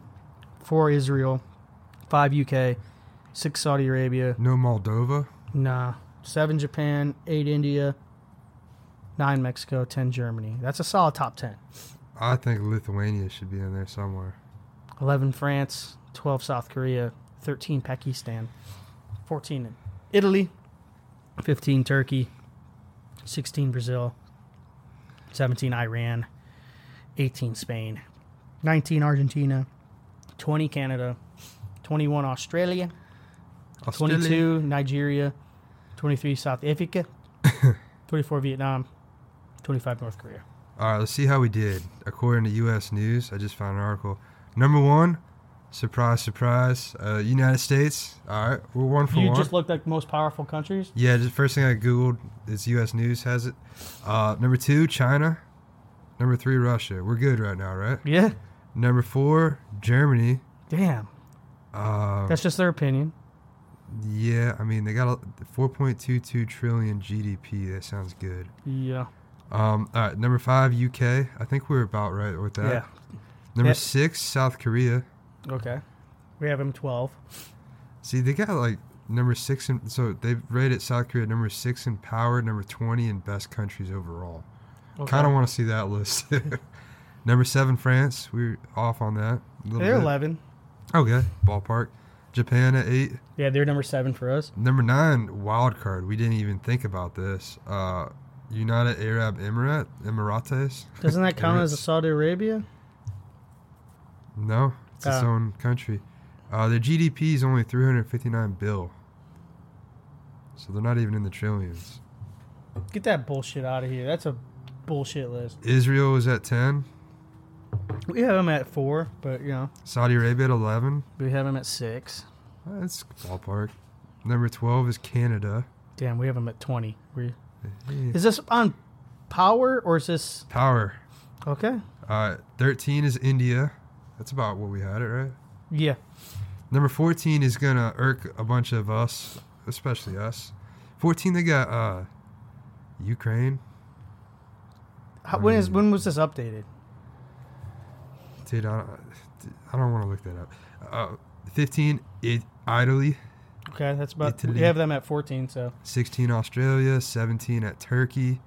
Speaker 1: four Israel, five UK, six Saudi Arabia.
Speaker 2: No Moldova.
Speaker 1: Nah. Seven Japan, eight India, nine Mexico, ten Germany. That's a solid top ten.
Speaker 2: I think Lithuania should be in there somewhere.
Speaker 1: 11 France, 12 South Korea, 13 Pakistan, 14 Italy, 15 Turkey, 16 Brazil, 17 Iran, 18 Spain, 19 Argentina, 20 Canada, 21 Australia,
Speaker 2: Australia.
Speaker 1: 22 Nigeria, 23 South Africa, 24 Vietnam, 25 North Korea.
Speaker 2: All right, let's see how we did. According to U.S. News, I just found an article. Number one, surprise, surprise, uh, United States. All right, we're one for
Speaker 1: You
Speaker 2: one.
Speaker 1: just looked like the most powerful countries.
Speaker 2: yeah, just first thing I googled is U.S. News has it. Uh, number two, China. Number three, Russia. We're good right now, right?
Speaker 1: Yeah.
Speaker 2: Number four, Germany.
Speaker 1: Damn.
Speaker 2: Uh,
Speaker 1: That's just their opinion.
Speaker 2: yeah, I mean they got a 4.22 trillion GDP. That sounds good.
Speaker 1: Yeah.
Speaker 2: Um, all right, number five, UK. I think we're about right with that.
Speaker 1: Yeah.
Speaker 2: Number
Speaker 1: Yeah.
Speaker 2: six, South Korea.
Speaker 1: Okay. We have him 12.
Speaker 2: See, they got like number six, and so they've rated South Korea number six in power, number twenty in best countries overall.
Speaker 1: Okay.
Speaker 2: Kind of want to see that list. number seven, France. We're off on that. A little
Speaker 1: They're
Speaker 2: bit.
Speaker 1: 11.
Speaker 2: Okay, ballpark. Japan at eight.
Speaker 1: Yeah, they're number 7 for us.
Speaker 2: Number nine, wild card. We didn't even think about this. Uh, United Arab Emirate, Emirates.
Speaker 1: Doesn't that count as a
Speaker 2: Emirates.
Speaker 1: Saudi Arabia?
Speaker 2: No, it's its
Speaker 1: Oh.
Speaker 2: own country. Uh, their GDP is only 359 bill. So they're not even in the trillions.
Speaker 1: Get that bullshit out of here. That's a bullshit list.
Speaker 2: Israel is at 10,
Speaker 1: We have him at 4, but you know,
Speaker 2: Saudi Arabia at 11.
Speaker 1: we have him at 6.
Speaker 2: That's ballpark. Number 12 is Canada.
Speaker 1: Damn, we have him at 20. We- Is this on power or is this
Speaker 2: Power.
Speaker 1: Okay.
Speaker 2: Uh, 13 is India. That's about what we had it, right?
Speaker 1: Yeah.
Speaker 2: Number 14 is going to irk a bunch of us, especially us. 14, they got uh, Ukraine.
Speaker 1: How, when is when was this updated?
Speaker 2: Dude, I don't, I don't want to look that up. Uh, 15, it, Italy.
Speaker 1: Okay, that's about
Speaker 2: Italy.
Speaker 1: we have them at 14, so
Speaker 2: 16, Australia. 17 at Turkey.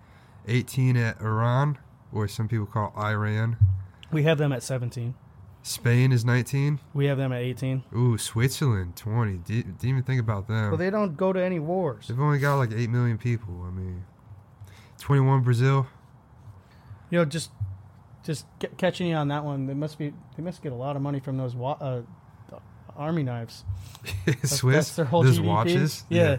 Speaker 2: 18 at Iran, or some people call Iran.
Speaker 1: we have them at 17.
Speaker 2: Spain is 19.
Speaker 1: We have them at 18.
Speaker 2: Ooh, Switzerland, 20. D- didn't even think about them.
Speaker 1: Well, they don't go to any wars.
Speaker 2: They've only got like 8 million people. I mean, 21, Brazil.
Speaker 1: You know, just just ca- catching you on that one. They must be they must get a lot of money from those wa- uh, army knives. That's,
Speaker 2: Swiss.
Speaker 1: that's their whole
Speaker 2: Those
Speaker 1: GDP.
Speaker 2: watches.
Speaker 1: Yeah,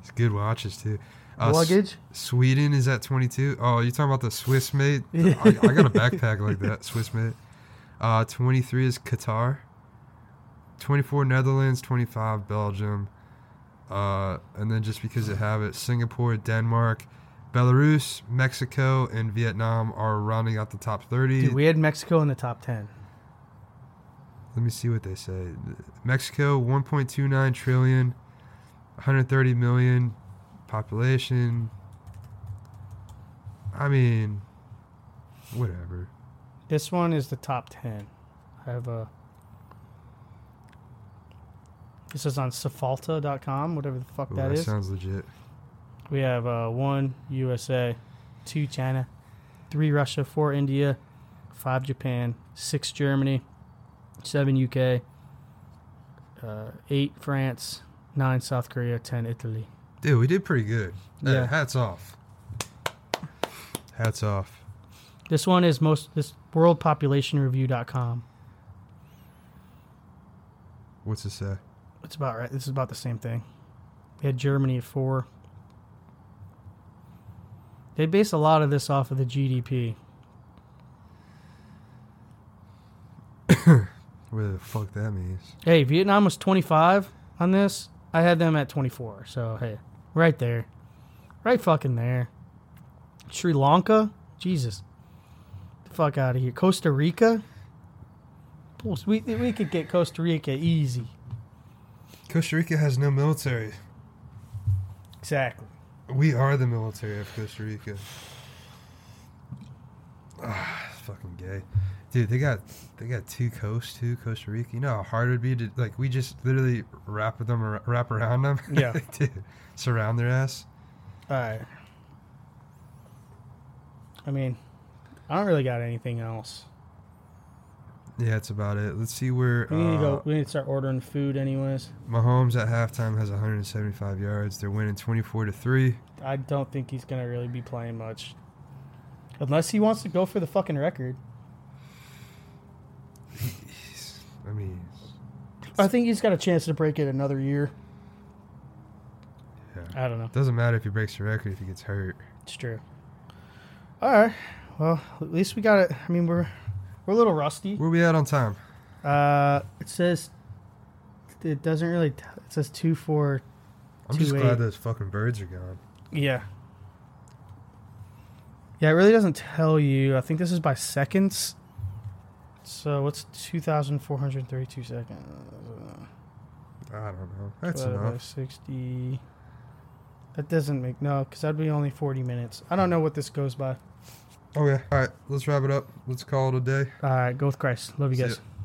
Speaker 2: It's good watches, too. Uh, S-
Speaker 1: luggage.
Speaker 2: Sweden is at 22. Oh, you're talking about the Swiss mate? I, I got a backpack like that, Swiss mate. Uh, 23 is Qatar. 24 Netherlands, 25 Belgium. Uh, and then just because they have it, Singapore, Denmark, Belarus, Mexico, and Vietnam are rounding out the top 30.
Speaker 1: Dude, we had Mexico in the top ten.
Speaker 2: Let me see what they say. Mexico, 1.29 trillion, 130 million population. I mean, whatever.
Speaker 1: This one is the top ten. I have a. This is on Safalta.com, whatever the fuck
Speaker 2: Ooh,
Speaker 1: that
Speaker 2: that
Speaker 1: is.
Speaker 2: sounds legit.
Speaker 1: We have uh, one USA, two China, three Russia, four India, five Japan, six Germany, seven UK, uh, eight France, nine South Korea, ten Italy.
Speaker 2: Dude, we did pretty good. Hey,
Speaker 1: Yeah.
Speaker 2: hats off. Hats off.
Speaker 1: This one is most this worldpopulationreview.com.
Speaker 2: What's it say?
Speaker 1: It's about right. This is about the same thing. We had Germany at four. They base a lot of this off of the GDP.
Speaker 2: What the fuck that means?
Speaker 1: Hey, Vietnam was 25 on this. I had them at 24. So, hey, right there. Right fucking there. Sri Lanka? Jesus. The fuck out of here. Costa Rica? Bulls. We we could get Costa Rica easy.
Speaker 2: Costa Rica has no military.
Speaker 1: Exactly.
Speaker 2: We are the military of Costa Rica. Ah, it's fucking gay, dude. They got they got two coasts to Costa Rica. You know how hard it would be to like we just literally wrap them ar- wrap around them.
Speaker 1: Yeah.
Speaker 2: dude, surround their ass.
Speaker 1: All right. I mean, I don't really got anything else.
Speaker 2: Yeah, that's about it. Let's see where
Speaker 1: We need to
Speaker 2: uh,
Speaker 1: go. We need to start ordering food, anyways.
Speaker 2: Mahomes at halftime has 175 yards. They're winning 24 to three.
Speaker 1: I don't think he's gonna really be playing much, unless he wants to go for the fucking record.
Speaker 2: He's- I mean,
Speaker 1: I think he's got a chance to break it another year.
Speaker 2: yeah.
Speaker 1: I don't know.
Speaker 2: Doesn't matter if he breaks the record if he gets hurt.
Speaker 1: It's true. All right. Well, at least we got it. I mean, we're we're a little rusty.
Speaker 2: Where we at on time?
Speaker 1: Uh, it says it doesn't really. T- it says two four.
Speaker 2: I'm just
Speaker 1: 2-8.
Speaker 2: glad those fucking birds are gone.
Speaker 1: Yeah. Yeah, it really doesn't tell you. I think this is by seconds. So what's two thousand four hundred thirty-two seconds?
Speaker 2: I don't know. That's
Speaker 1: Divided by
Speaker 2: enough.
Speaker 1: Sixty. That doesn't make no, because that'd be only forty minutes. I don't know what this goes by.
Speaker 2: Okay. All right. Let's wrap it up. Let's call it a day.
Speaker 1: All right, go with Christ. Uh, Love you
Speaker 2: See
Speaker 1: guys.
Speaker 2: ya.